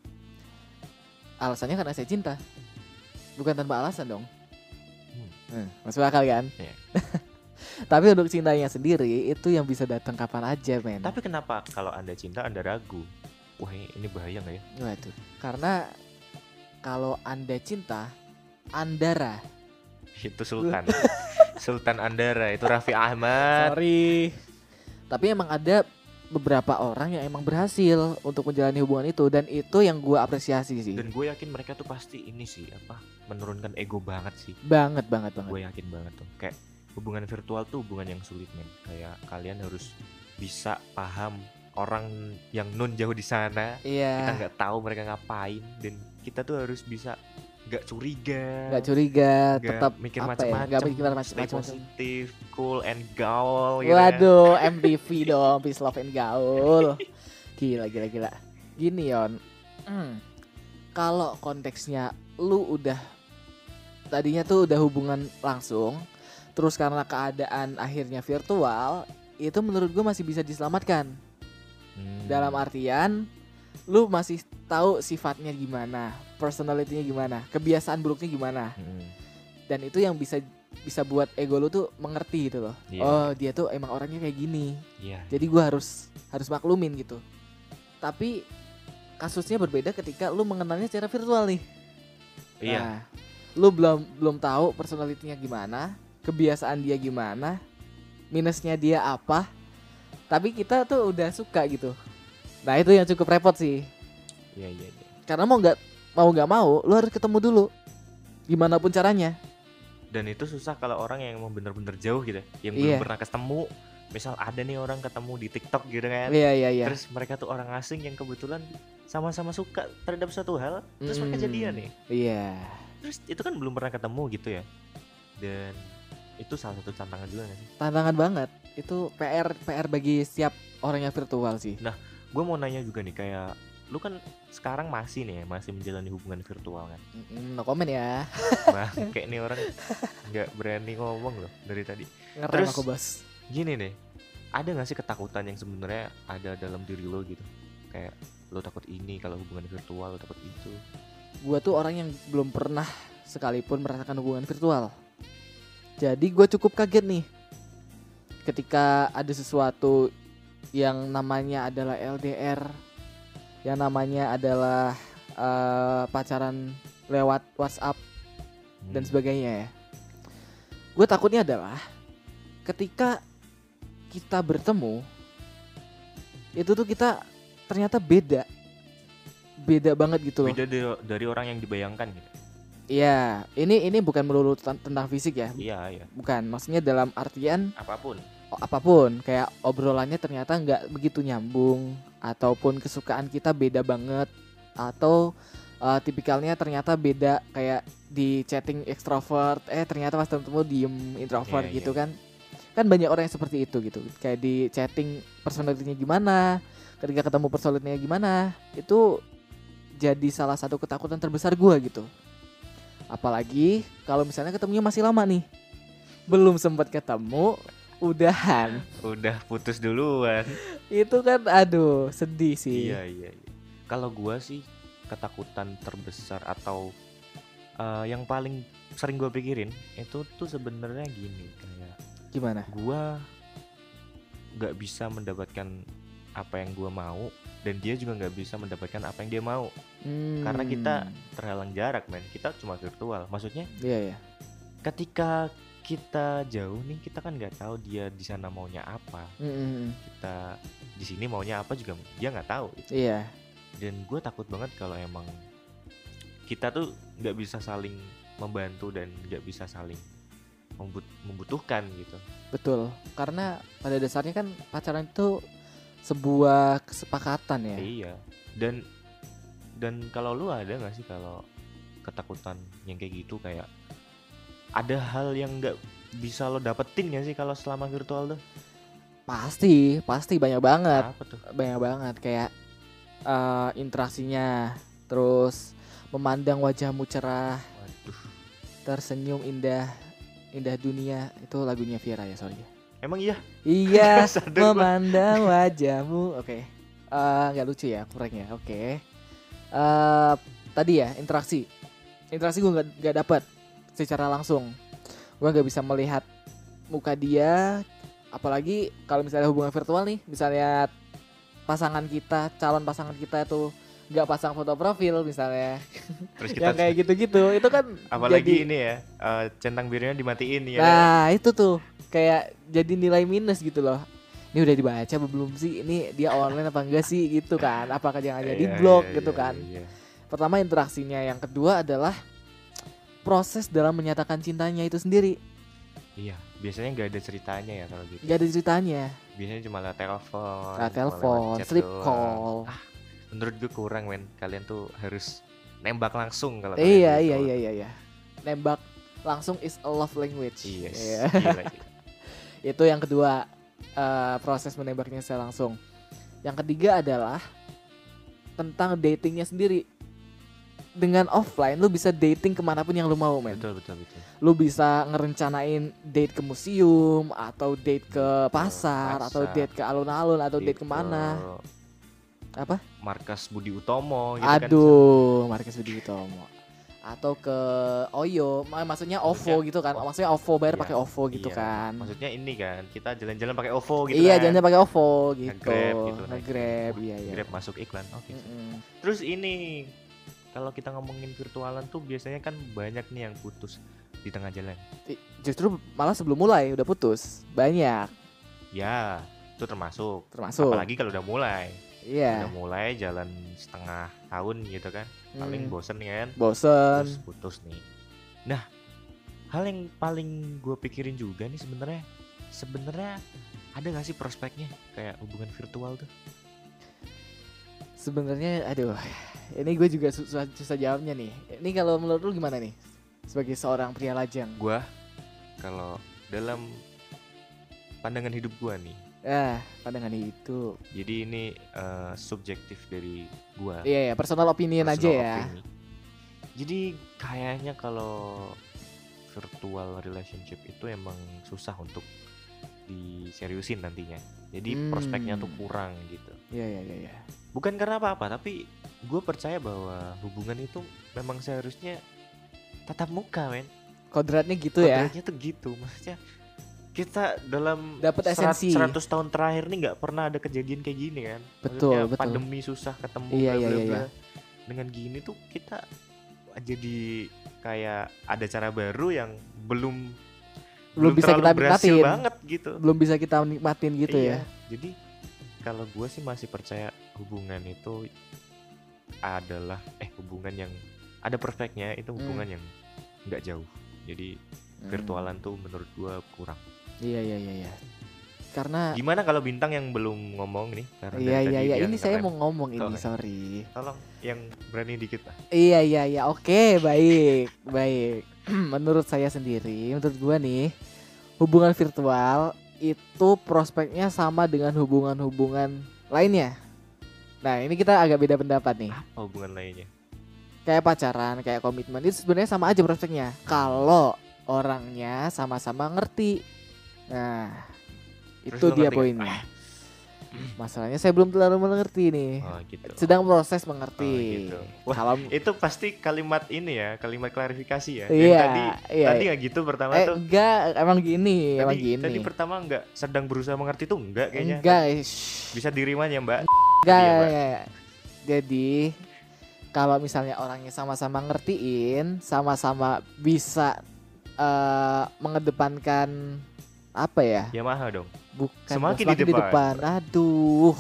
[SPEAKER 2] alasannya karena saya cinta bukan tanpa alasan dong
[SPEAKER 1] Hmm.
[SPEAKER 2] hmm. masuk akal kan
[SPEAKER 1] Iya.
[SPEAKER 2] tapi untuk cintanya sendiri itu yang bisa datang kapan aja men
[SPEAKER 1] Tapi kenapa kalau anda cinta anda ragu? Wah ini bahaya nggak ya?
[SPEAKER 2] Waduh. karena kalau anda cinta andara
[SPEAKER 1] Itu Sultan. Sultan Andara itu Raffi Ahmad.
[SPEAKER 2] sorry tapi emang ada beberapa orang yang emang berhasil untuk menjalani hubungan itu dan itu yang gua apresiasi sih
[SPEAKER 1] Dan gue yakin mereka tuh pasti ini sih apa menurunkan ego banget sih.
[SPEAKER 2] banget banget banget
[SPEAKER 1] gue yakin banget tuh kayak hubungan virtual tuh hubungan yang sulit men kayak kalian harus bisa paham orang yang non jauh di sana kita
[SPEAKER 2] iya
[SPEAKER 1] nggak tahu mereka ngapain dan kita tuh harus bisa nggak curiga
[SPEAKER 2] nggak curiga
[SPEAKER 1] kan nggak
[SPEAKER 2] tetap
[SPEAKER 1] mikir
[SPEAKER 2] apa ya
[SPEAKER 1] macam-macam
[SPEAKER 2] nggak mikir
[SPEAKER 1] stay
[SPEAKER 2] macam-macam
[SPEAKER 1] positif cool and gaul gitu kan.
[SPEAKER 2] Waduh, MTV dong, Peace Love and Gaul. Gila, gila, gila. Gini Yon, Hmm, kalau konteksnya lu udah tadinya tuh udah hubungan langsung, terus karena keadaan akhirnya virtual, itu menurut gue masih bisa diselamatkan.
[SPEAKER 1] Hmm.
[SPEAKER 2] Dalam artian, lu masih tahu sifatnya gimana, personalitinya gimana, kebiasaan buruknya gimana,
[SPEAKER 1] Hmm.
[SPEAKER 2] dan itu yang bisa bisa buat ego lu tuh mengerti gitu loh.
[SPEAKER 1] Iya.
[SPEAKER 2] Oh, dia tuh emang orangnya kayak gini.
[SPEAKER 1] Iya.
[SPEAKER 2] Jadi gua harus harus maklumin gitu. Tapi kasusnya berbeda ketika lu mengenalnya secara virtual nih.
[SPEAKER 1] Iya.
[SPEAKER 2] Nah, lu belum belum tahu personalitinya gimana, kebiasaan dia gimana, minusnya dia apa. Tapi kita tuh udah suka gitu. Nah, itu yang cukup repot sih.
[SPEAKER 1] Iya, iya, iya.
[SPEAKER 2] Karena mau nggak mau nggak mau, lu harus ketemu dulu. Gimana pun caranya.
[SPEAKER 1] Dan itu susah kalau orang yang emang bener-bener jauh gitu, yang belum
[SPEAKER 2] Iya.
[SPEAKER 1] pernah ketemu. Misal ada nih orang ketemu di TikTok gitu kan.
[SPEAKER 2] Iya, iya, iya.
[SPEAKER 1] Terus mereka tuh orang asing yang kebetulan sama-sama suka terhadap suatu hal, terus mereka
[SPEAKER 2] Mm-mm.
[SPEAKER 1] jadian nih.
[SPEAKER 2] Iya.
[SPEAKER 1] Terus itu kan belum pernah ketemu gitu ya. Dan itu salah satu tantangan juga gak sih?
[SPEAKER 2] Tantangan banget. Itu PR PR bagi siap orang yang virtual sih.
[SPEAKER 1] Gue mau nanya juga nih kayak lu kan sekarang masih nih ya, masih menjalani hubungan virtual kan.
[SPEAKER 2] Mm, No comment ya.
[SPEAKER 1] Bah, kayak nih orang nggak berani ngomong loh dari tadi.
[SPEAKER 2] Ngerem
[SPEAKER 1] Terus-
[SPEAKER 2] aku, Bos.
[SPEAKER 1] Gini nih, ada nggak sih ketakutan yang sebenarnya ada dalam diri lo gitu? Kayak lo takut ini kalau hubungan virtual, lo takut itu.
[SPEAKER 2] gue tuh orang yang belum pernah sekalipun merasakan hubungan virtual. Jadi gue cukup kaget nih ketika ada sesuatu yang namanya adalah LDR, yang namanya adalah eh, pacaran lewat WhatsApp dan
[SPEAKER 1] Hmm,
[SPEAKER 2] sebagainya ya. Gue takutnya adalah ketika kita bertemu itu tuh kita ternyata beda, beda banget gitu loh.
[SPEAKER 1] Beda dari, dari orang yang dibayangkan gitu.
[SPEAKER 2] Iya, ini ini bukan melulu ten- tentang fisik ya,
[SPEAKER 1] Iya, iya.
[SPEAKER 2] bukan. Maksudnya dalam artian
[SPEAKER 1] Apapun.
[SPEAKER 2] o- Oh, apapun, kayak obrolannya ternyata nggak begitu nyambung, ataupun kesukaan kita beda banget, atau uh, tipikalnya ternyata beda kayak di chatting ekstrovert, eh ternyata pas ketemu diem introvert
[SPEAKER 1] Iya,
[SPEAKER 2] gitu
[SPEAKER 1] iya.
[SPEAKER 2] kan. Kan banyak orang yang seperti itu gitu, kayak di chatting personalitinya gimana, ketika ketemu personalitinya gimana, itu jadi salah satu ketakutan terbesar gua gitu. Apalagi kalau misalnya ketemunya masih lama nih. Belum sempat ketemu, udahan.
[SPEAKER 1] Udah putus duluan.
[SPEAKER 2] Itu kan aduh, sedih sih.
[SPEAKER 1] Iya iya. iya. Kalau gua sih ketakutan terbesar atau eh, yang paling sering gue pikirin itu tuh sebenarnya gini kayak
[SPEAKER 2] Gimana?
[SPEAKER 1] gua nggak bisa mendapatkan apa yang gua mau dan dia juga nggak bisa mendapatkan apa yang dia mau Karena
[SPEAKER 2] Hmm,
[SPEAKER 1] kita- terhalang jarak men kita cuma virtual maksudnya
[SPEAKER 2] Iya ya.
[SPEAKER 1] ketika kita jauh nih kita kan nggak tahu dia di sana maunya apa kita di sini maunya apa juga dia nggak tahu
[SPEAKER 2] Iya.
[SPEAKER 1] dan gue takut banget kalau emang kita tuh nggak bisa saling membantu dan nggak bisa saling membut- membutuhkan gitu
[SPEAKER 2] Betul, karena pada dasarnya kan pacaran itu sebuah kesepakatan ya.
[SPEAKER 1] iya dan dan kalau lu ada nggak sih kalau ketakutan yang kayak gitu kayak ada hal yang nggak bisa lo dapetin gak sih kalau selama virtual tuh
[SPEAKER 2] Pasti, pasti banyak banget,
[SPEAKER 1] apa tuh
[SPEAKER 2] banyak banget kayak eh, interaksinya, terus memandang wajahmu cerah,
[SPEAKER 1] waduh
[SPEAKER 2] tersenyum indah, indah dunia itu lagunya Viera ya sorry.
[SPEAKER 1] emang iya
[SPEAKER 2] Iya,
[SPEAKER 1] Sadar gua.
[SPEAKER 2] memandang wajahmu. Oke. Eh, nggak lucu ya kurangnya. Oke. Eh tadi ya interaksi. Interaksi gue nggak nggak dapat secara langsung. Gue nggak bisa melihat muka dia. Apalagi kalau misalnya hubungan virtual nih, misalnya pasangan kita, calon pasangan kita itu nggak pasang foto profil misalnya,
[SPEAKER 1] terus kita
[SPEAKER 2] yang kayak gitu-gitu, itu kan
[SPEAKER 1] apalagi
[SPEAKER 2] jadi-
[SPEAKER 1] ini ya eh, centang birunya dimatiin ya
[SPEAKER 2] Nah itu tuh kayak jadi nilai minus gitu loh. Ini udah dibaca apa belum sih? Ini dia online apa enggak sih gitu kan? Apakah jangan
[SPEAKER 1] Iya,
[SPEAKER 2] jadi blog
[SPEAKER 1] iya,
[SPEAKER 2] gitu
[SPEAKER 1] iya,
[SPEAKER 2] kan?
[SPEAKER 1] iya.
[SPEAKER 2] Pertama interaksinya, yang kedua adalah proses dalam menyatakan cintanya itu sendiri.
[SPEAKER 1] Iya, biasanya nggak ada ceritanya ya kalau gitu.
[SPEAKER 2] Gak ada ceritanya.
[SPEAKER 1] Biasanya cuma lewat telepon.
[SPEAKER 2] Nah,
[SPEAKER 1] cuma
[SPEAKER 2] telepon,
[SPEAKER 1] lewat chat
[SPEAKER 2] sleep
[SPEAKER 1] doang. Ah,
[SPEAKER 2] call.
[SPEAKER 1] Menurut gue kurang men, kalian tuh harus nembak langsung kalau kalian
[SPEAKER 2] iya
[SPEAKER 1] gitu.
[SPEAKER 2] iya iya iya iya. Nembak langsung is a love language.
[SPEAKER 1] Yes,
[SPEAKER 2] Iya.
[SPEAKER 1] gila, gila.
[SPEAKER 2] Itu yang kedua eh, proses menembaknya secara langsung. Yang ketiga adalah tentang datingnya sendiri. Dengan offline lu bisa dating kemanapun yang lu mau men.
[SPEAKER 1] Betul betul betul.
[SPEAKER 2] Lu bisa ngerencanain date ke museum atau date ke pasar,
[SPEAKER 1] pasar.
[SPEAKER 2] atau
[SPEAKER 1] Gitu.
[SPEAKER 2] date ke alun-alun atau date
[SPEAKER 1] Itu
[SPEAKER 2] kemana. Apa?
[SPEAKER 1] Markas Budi Utomo gitu kan.
[SPEAKER 2] Aduh, Marcus Budi Utomo. atau ke Oyo, ma- maksudnya OVO gitu kan. Maksudnya OVO bayar
[SPEAKER 1] Iya.
[SPEAKER 2] pakai OVO gitu
[SPEAKER 1] Iya.
[SPEAKER 2] kan.
[SPEAKER 1] Maksudnya ini kan, kita jalan-jalan pakai OVO gitu
[SPEAKER 2] iya,
[SPEAKER 1] kan.
[SPEAKER 2] jangan pakai OVO gitu.
[SPEAKER 1] Nge-Grab gitu, naik.
[SPEAKER 2] Nge-Grab, iya iya. Mm.
[SPEAKER 1] Grab masuk iklan. Oke.
[SPEAKER 2] Mm-mm.
[SPEAKER 1] Terus ini kalau kita ngomongin virtualan tuh biasanya kan banyak nih yang putus di tengah jalan.
[SPEAKER 2] I- Justru malah sebelum mulai udah putus. Banyak
[SPEAKER 1] Ya, itu termasuk.
[SPEAKER 2] termasuk.
[SPEAKER 1] Apalagi kalau udah mulai. Udah
[SPEAKER 2] Iya.
[SPEAKER 1] mulai jalan setengah tahun gitu kan. Paling
[SPEAKER 2] Mm.
[SPEAKER 1] bosen kan.
[SPEAKER 2] bosen.
[SPEAKER 1] Terus putus nih. Nah, hal yang paling gue pikirin juga nih sebenarnya sebenarnya ada gak sih prospeknya kayak hubungan virtual tuh?
[SPEAKER 2] Sebenarnya aduh, ini gue juga susah, susah jawabnya nih. Ini kalau menurut lu gimana nih? Sebagai seorang pria lajang.
[SPEAKER 1] Gua kalau dalam pandangan hidup gua nih.
[SPEAKER 2] Ah, pandangan itu.
[SPEAKER 1] Jadi ini eh, subjektif dari gua.
[SPEAKER 2] Iya, iya, personal opinion aja
[SPEAKER 1] personal
[SPEAKER 2] ya.
[SPEAKER 1] opini. Jadi kayaknya kalau virtual relationship itu emang susah untuk diseriusin nantinya. Jadi
[SPEAKER 2] Hmm.
[SPEAKER 1] prospeknya tuh kurang gitu.
[SPEAKER 2] Iya, iya, iya, iya.
[SPEAKER 1] Bukan karena apa-apa, tapi gue percaya bahwa hubungan itu memang seharusnya tatap muka, men.
[SPEAKER 2] Kodratnya gitu ya.
[SPEAKER 1] Kodratnya tuh gitu, maksudnya kita dalam
[SPEAKER 2] Dapat
[SPEAKER 1] serat-
[SPEAKER 2] esensi.
[SPEAKER 1] 100 tahun terakhir nih nggak pernah ada kejadian kayak gini kan. Maksudnya
[SPEAKER 2] Betul, betul.
[SPEAKER 1] Pandemi susah ketemu.
[SPEAKER 2] Iya,
[SPEAKER 1] bla,
[SPEAKER 2] iya,
[SPEAKER 1] bla,
[SPEAKER 2] iya,
[SPEAKER 1] bla. Dengan gini tuh kita jadi kayak ada cara baru yang belum
[SPEAKER 2] Belum bisa
[SPEAKER 1] terlalu
[SPEAKER 2] kita
[SPEAKER 1] berhasil
[SPEAKER 2] nikmatin.
[SPEAKER 1] banget gitu.
[SPEAKER 2] Belum bisa kita nikmatin gitu
[SPEAKER 1] Iya,
[SPEAKER 2] ya.
[SPEAKER 1] Jadi kalau gue sih masih percaya hubungan itu adalah eh hubungan yang ada perfectnya itu hubungan yang nggak jauh. Jadi
[SPEAKER 2] Hmm.
[SPEAKER 1] virtualan tuh menurut gue kurang.
[SPEAKER 2] Iya, iya, iya, iya. Karena
[SPEAKER 1] Gimana kalau bintang yang belum ngomong nih? Karena
[SPEAKER 2] Iya
[SPEAKER 1] dari
[SPEAKER 2] iya
[SPEAKER 1] tadi
[SPEAKER 2] iya
[SPEAKER 1] dia
[SPEAKER 2] ini saya
[SPEAKER 1] ngerem.
[SPEAKER 2] mau ngomong ini
[SPEAKER 1] Oke.
[SPEAKER 2] sorry.
[SPEAKER 1] tolong yang berani dikit lah.
[SPEAKER 2] Iya iya iya oke baik baik. menurut saya sendiri menurut gua nih hubungan virtual itu prospeknya sama dengan hubungan-hubungan lainnya. Nah ini kita agak beda pendapat nih.
[SPEAKER 1] Apa hubungan lainnya?
[SPEAKER 2] Kayak pacaran kayak komitmen itu sebenarnya sama aja prospeknya kalau orangnya sama-sama ngerti. Nah
[SPEAKER 1] Terus
[SPEAKER 2] itu
[SPEAKER 1] lu ngerti
[SPEAKER 2] dia
[SPEAKER 1] nggak?
[SPEAKER 2] poinnya. Masalahnya saya belum terlalu mengerti nih.
[SPEAKER 1] Oh gitu.
[SPEAKER 2] sedang proses mengerti.
[SPEAKER 1] Oh, gitu. Wah,
[SPEAKER 2] Kalau
[SPEAKER 1] Itu pasti kalimat ini ya, kalimat klarifikasi ya. Yang
[SPEAKER 2] iya,
[SPEAKER 1] tadi
[SPEAKER 2] iya.
[SPEAKER 1] tadi nggak gitu pertama
[SPEAKER 2] eh,
[SPEAKER 1] tuh.
[SPEAKER 2] enggak, emang gini,
[SPEAKER 1] Tadi,
[SPEAKER 2] emang gini.
[SPEAKER 1] tadi pertama nggak sedang berusaha mengerti tuh enggak kayaknya.
[SPEAKER 2] enggak, eh, shh.
[SPEAKER 1] Bisa diriman ya Mbak.
[SPEAKER 2] enggak.
[SPEAKER 1] Iya, Mbak.
[SPEAKER 2] enggak. Jadi kalau misalnya orangnya sama-sama ngertiin, sama-sama bisa eh, mengedepankan apa ya?
[SPEAKER 1] Yamaha dong.
[SPEAKER 2] Bukan
[SPEAKER 1] Semakin di
[SPEAKER 2] di
[SPEAKER 1] depan.
[SPEAKER 2] depan. Aduh.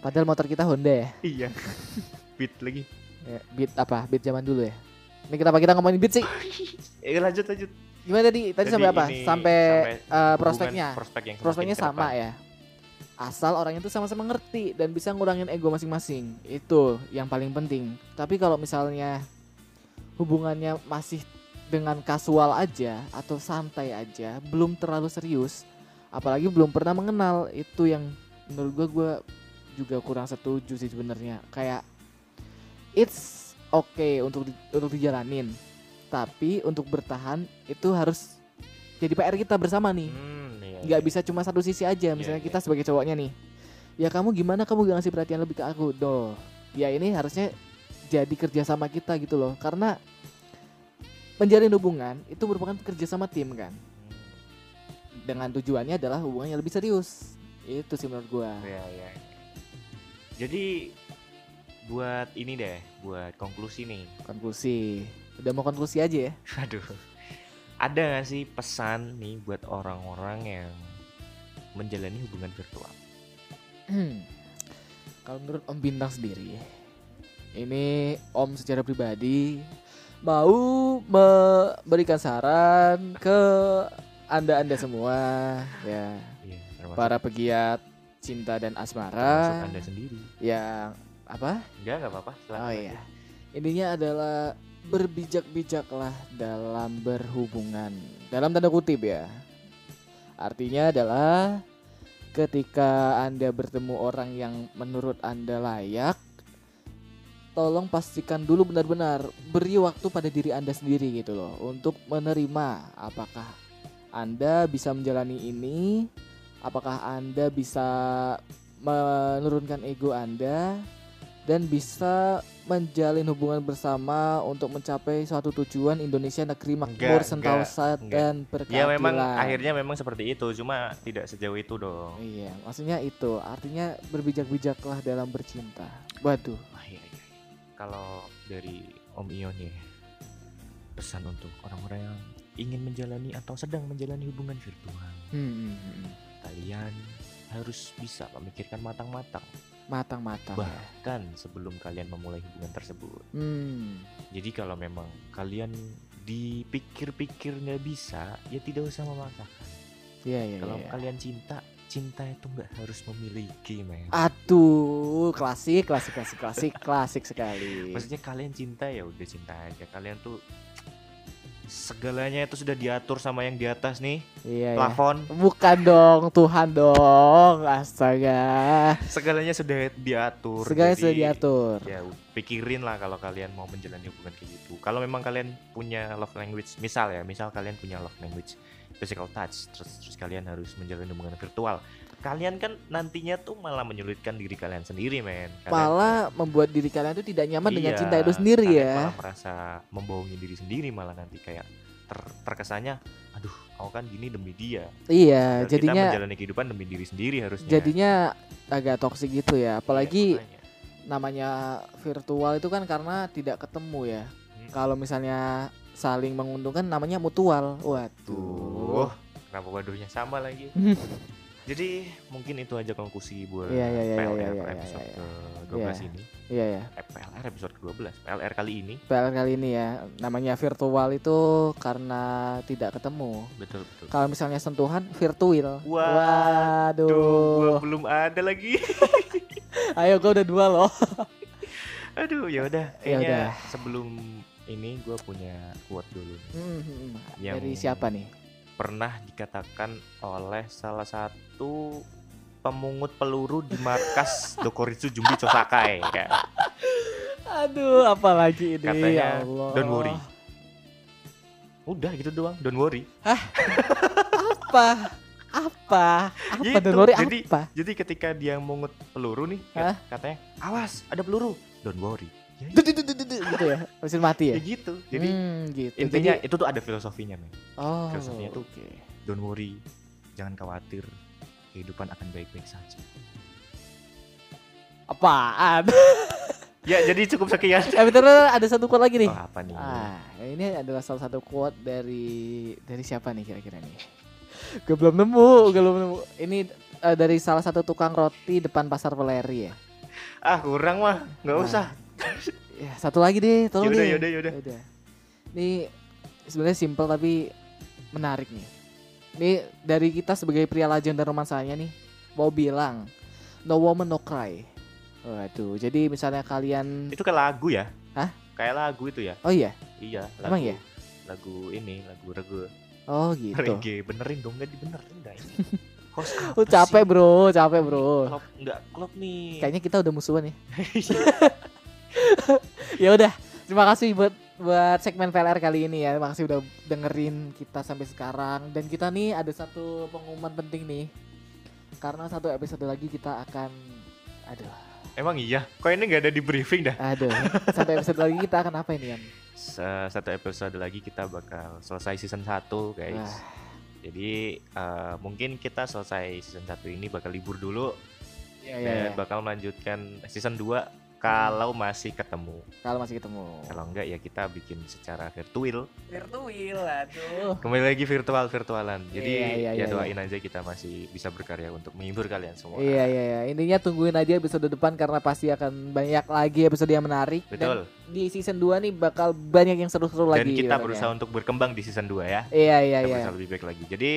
[SPEAKER 2] Padahal motor kita Honda ya.
[SPEAKER 1] Iya. Beat lagi.
[SPEAKER 2] Ya, Beat apa? Beat zaman dulu ya. Ini kenapa kita ngomongin beat sih?
[SPEAKER 1] Eh lanjut lanjut.
[SPEAKER 2] Gimana tadi? Tadi
[SPEAKER 1] Jadi
[SPEAKER 2] sampai apa?
[SPEAKER 1] ini
[SPEAKER 2] Sampai,
[SPEAKER 1] sampai
[SPEAKER 2] eh, prospeknya.
[SPEAKER 1] Hubungan Prospek yang semakin
[SPEAKER 2] prospeknya
[SPEAKER 1] ke
[SPEAKER 2] sama
[SPEAKER 1] depan.
[SPEAKER 2] ya asal orangnya tuh sama-sama ngerti dan bisa ngurangin ego masing-masing itu yang paling penting tapi kalau misalnya hubungannya masih dengan kasual aja atau santai aja belum terlalu serius apalagi belum pernah mengenal itu yang menurut gua gua juga kurang setuju sih sebenarnya kayak it's okay untuk di- untuk dijalanin tapi untuk bertahan itu harus jadi PR kita bersama nih
[SPEAKER 1] Hmm, iya,
[SPEAKER 2] nggak
[SPEAKER 1] iya.
[SPEAKER 2] bisa cuma satu sisi aja misalnya
[SPEAKER 1] iya.
[SPEAKER 2] kita sebagai cowoknya nih ya kamu gimana kamu gak ngasih perhatian lebih ke aku doh ya ini harusnya jadi kerjasama kita gitu loh karena menjalin hubungan itu merupakan kerjasama tim kan
[SPEAKER 1] Hmm.
[SPEAKER 2] dengan tujuannya adalah hubungannya lebih serius itu sih menurut gua
[SPEAKER 1] Iya, iya. Jadi buat ini deh, buat konklusi nih.
[SPEAKER 2] konklusi udah mau konklusi aja ya
[SPEAKER 1] Aduh. Ada gak sih pesan nih buat orang-orang yang menjalani hubungan virtual?
[SPEAKER 2] kalau menurut Om Bintang sendiri ini Om secara pribadi mau memberikan saran ke anda-anda semua ya
[SPEAKER 1] Iya, termasuk,
[SPEAKER 2] para pegiat cinta dan
[SPEAKER 1] termasuk
[SPEAKER 2] asmara
[SPEAKER 1] Anda sendiri.
[SPEAKER 2] yang apa
[SPEAKER 1] Enggak, enggak apa-apa. silakan
[SPEAKER 2] oh
[SPEAKER 1] aja.
[SPEAKER 2] iya intinya adalah berbijak-bijaklah dalam berhubungan dalam tanda kutip ya artinya adalah ketika anda bertemu orang yang menurut anda layak tolong pastikan dulu benar-benar beri waktu pada diri anda sendiri gitu loh untuk menerima apakah anda bisa menjalani ini apakah anda bisa menurunkan ego anda dan bisa menjalin hubungan bersama untuk mencapai suatu tujuan Indonesia negeri makmur,
[SPEAKER 1] Enggak,
[SPEAKER 2] sentausa
[SPEAKER 1] enggak.
[SPEAKER 2] dan
[SPEAKER 1] Ya
[SPEAKER 2] berkeadilan.
[SPEAKER 1] memang akhirnya memang seperti itu, cuma tidak sejauh itu dong.
[SPEAKER 2] Iya, maksudnya itu artinya berbijak-bijaklah dalam bercinta. Waduh,
[SPEAKER 1] Wah, iya, iya. Kalau dari Om Ion ya, pesan untuk orang-orang yang ingin menjalani atau sedang menjalani hubungan virtual,
[SPEAKER 2] hmm, hmm, hmm.
[SPEAKER 1] kalian harus bisa memikirkan matang-matang
[SPEAKER 2] matang-matang. ya.
[SPEAKER 1] bahkan sebelum kalian memulai hubungan tersebut.
[SPEAKER 2] Hmm,
[SPEAKER 1] Jadi kalau memang kalian dipikir-pikir nggak bisa, ya tidak usah memaksakan.
[SPEAKER 2] iya iya.
[SPEAKER 1] Kalau
[SPEAKER 2] iya.
[SPEAKER 1] kalian cinta, cinta itu nggak harus memiliki, men.
[SPEAKER 2] Ah, Aduh, klasik, klasik, klasik, klasik, klasik sekali.
[SPEAKER 1] Maksudnya kalian cinta ya udah cinta aja. Kalian tuh segalanya itu sudah diatur sama yang di atas nih,
[SPEAKER 2] Iya, iya.
[SPEAKER 1] plafon.
[SPEAKER 2] Bukan dong, Tuhan dong. Astaga.
[SPEAKER 1] Segalanya sudah diatur.
[SPEAKER 2] Segalanya
[SPEAKER 1] jadi
[SPEAKER 2] sudah diatur.
[SPEAKER 1] Ya pikirin lah kalau kalian mau menjalani hubungan kayak gitu. Kalau memang kalian punya love language, misal ya, misal kalian punya love language physical touch, terus terus kalian harus menjalani hubungan virtual. Kalian kan nantinya tuh malah menyulitkan diri kalian sendiri, men. Kalian-
[SPEAKER 2] Malah membuat diri kalian itu tidak nyaman dengan
[SPEAKER 1] Iya,
[SPEAKER 2] cinta itu sendiri
[SPEAKER 1] kalian
[SPEAKER 2] ya.
[SPEAKER 1] malah merasa membohongi diri sendiri malah nanti kayak ter- terkesannya aduh aku kan gini demi dia
[SPEAKER 2] Iya,
[SPEAKER 1] Padahal
[SPEAKER 2] jadinya
[SPEAKER 1] kita menjalani kehidupan demi diri sendiri harusnya
[SPEAKER 2] jadinya agak toksik gitu ya. Apalagi
[SPEAKER 1] Iya, makanya.
[SPEAKER 2] namanya virtual itu kan karena tidak ketemu ya.
[SPEAKER 1] Hmm.
[SPEAKER 2] Kalau misalnya saling menguntungkan namanya mutual.
[SPEAKER 1] tuh
[SPEAKER 2] Waduh.
[SPEAKER 1] kenapa waduhnya sama lagi jadi mungkin itu aja konklusi buat
[SPEAKER 2] Iya, iya, iya,
[SPEAKER 1] PLR
[SPEAKER 2] iya, iya, iya,
[SPEAKER 1] episode
[SPEAKER 2] iya.
[SPEAKER 1] ke 12
[SPEAKER 2] Iya.
[SPEAKER 1] ini
[SPEAKER 2] Iya ya.
[SPEAKER 1] eh, PLR episode ke 12 PLR kali ini
[SPEAKER 2] PL kali ini ya namanya virtual itu karena tidak ketemu.
[SPEAKER 1] betul betul
[SPEAKER 2] Kalau misalnya sentuhan virtual.
[SPEAKER 1] Duh, gua
[SPEAKER 2] Waduh.
[SPEAKER 1] belum ada lagi.
[SPEAKER 2] Ayo gua udah dua loh.
[SPEAKER 1] Aduh, ya udah. Kayaknya
[SPEAKER 2] udah.
[SPEAKER 1] sebelum ini gua punya quote dulu. nih.
[SPEAKER 2] Hmm, hmm, hmm.
[SPEAKER 1] Yang-
[SPEAKER 2] Dari siapa nih?
[SPEAKER 1] pernah dikatakan oleh salah satu pemungut peluru di markas Dokoritsu Jumbi Chosakai ya. kayak
[SPEAKER 2] Aduh, apalagi ini
[SPEAKER 1] Katanya,
[SPEAKER 2] ya Allah.
[SPEAKER 1] don't worry
[SPEAKER 2] Oh.
[SPEAKER 1] udah gitu doang don't worry
[SPEAKER 2] Apa? Apa? Apa
[SPEAKER 1] Gitu,
[SPEAKER 2] don't worry
[SPEAKER 1] jadi-
[SPEAKER 2] apa?
[SPEAKER 1] jadi ketika dia mungut peluru nih
[SPEAKER 2] Hah?
[SPEAKER 1] katanya awas ada peluru don't worry ya,
[SPEAKER 2] Duh, duh, duh, duh, duh, duh, gitu ya. Mesin mati ya.
[SPEAKER 1] ya gitu jadi
[SPEAKER 2] Hmm, gitu.
[SPEAKER 1] intinya
[SPEAKER 2] Jadi-
[SPEAKER 1] itu tuh ada filosofinya men
[SPEAKER 2] oh.
[SPEAKER 1] filosofinya tuh-
[SPEAKER 2] oke.
[SPEAKER 1] don't worry jangan khawatir kehidupan akan baik-baik saja
[SPEAKER 2] apaan?
[SPEAKER 1] ya jadi cukup sekian
[SPEAKER 2] eh bentar, bentar, ada satu quote lagi nih.
[SPEAKER 1] oh, apa nih
[SPEAKER 2] Ah, ini adalah salah satu quote dari dari siapa nih kira-kira nih? Gue belum nemu, gue belum nemu. Ini eh, dari salah satu tukang roti depan pasar Peleri ya.
[SPEAKER 1] ah kurang mah nggak
[SPEAKER 2] Ah,
[SPEAKER 1] usah
[SPEAKER 2] Ya, satu lagi deh, tolong
[SPEAKER 1] yaudah
[SPEAKER 2] deh.
[SPEAKER 1] yaudah yaudah
[SPEAKER 2] Yaudah. Ini sebenarnya simple tapi menarik nih. Ini dari kita sebagai pria lajang dan romansanya nih mau bilang no woman no cry. Waduh, jadi misalnya kalian
[SPEAKER 1] Itu kayak lagu ya?
[SPEAKER 2] Hah?
[SPEAKER 1] Kayak lagu itu ya?
[SPEAKER 2] Oh iya,
[SPEAKER 1] Iya.
[SPEAKER 2] Emang
[SPEAKER 1] lagu-
[SPEAKER 2] ya?
[SPEAKER 1] Lagu ini, lagu regu,
[SPEAKER 2] oh gitu.
[SPEAKER 1] reggae. Benerin dong, nggak dibenerin nggak ini? Host apa
[SPEAKER 2] Oh, capek
[SPEAKER 1] sih?
[SPEAKER 2] bro, capek bro.
[SPEAKER 1] Klop, nggak klop nih.
[SPEAKER 2] Kayaknya kita udah musuhan ya.
[SPEAKER 1] Iya.
[SPEAKER 2] ya udah, terima kasih buat buat segmen VLR kali ini ya. Terima kasih udah dengerin kita sampai sekarang dan kita nih ada satu pengumuman penting nih. Karena satu episode lagi kita akan aduh,
[SPEAKER 1] Emang iya? Kok ini nggak ada di briefing dah?
[SPEAKER 2] aduh. satu episode lagi kita akan apa ini, Yan?
[SPEAKER 1] Se- Satu episode lagi kita bakal selesai season 1 guys.
[SPEAKER 2] Wah.
[SPEAKER 1] Jadi eh, mungkin kita selesai season 1 ini bakal libur dulu
[SPEAKER 2] Iya, iya,
[SPEAKER 1] dan
[SPEAKER 2] iya.
[SPEAKER 1] bakal melanjutkan season 2 kalau masih ketemu.
[SPEAKER 2] Kalau masih ketemu.
[SPEAKER 1] Kalau enggak ya kita bikin secara virtual.
[SPEAKER 2] Virtual, aduh.
[SPEAKER 1] kembali lagi virtual virtualan jadi
[SPEAKER 2] Iya, iya,
[SPEAKER 1] ya
[SPEAKER 2] iya,
[SPEAKER 1] doain aja kita masih bisa berkarya untuk menghibur kalian semua
[SPEAKER 2] Iya iya iya. Intinya tungguin aja episode depan karena pasti akan banyak lagi episode yang menarik dan
[SPEAKER 1] betul
[SPEAKER 2] di season 2 nih bakal banyak yang seru-seru
[SPEAKER 1] dan
[SPEAKER 2] lagi.
[SPEAKER 1] kita
[SPEAKER 2] katanya.
[SPEAKER 1] berusaha untuk berkembang di season 2 ya
[SPEAKER 2] Iya iya
[SPEAKER 1] kita
[SPEAKER 2] iya.
[SPEAKER 1] berusaha lebih baik lagi jadi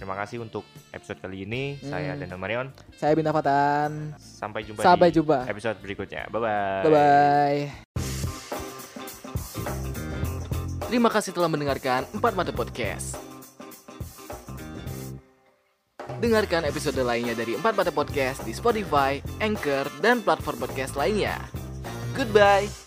[SPEAKER 1] terima kasih untuk episode kali ini saya
[SPEAKER 2] Hmm.
[SPEAKER 1] Daniel Marion
[SPEAKER 2] Saya Bintang Fatan.
[SPEAKER 1] sampai jumpa
[SPEAKER 2] Sampai
[SPEAKER 1] di
[SPEAKER 2] jumpa.
[SPEAKER 1] episode berikutnya bye bye
[SPEAKER 2] Bye bye. Terima kasih telah mendengarkan Empat Mata Podcast. Dengarkan episode lainnya dari Empat Mata Podcast di Spotify, Anchor, dan platform podcast lainnya. Goodbye.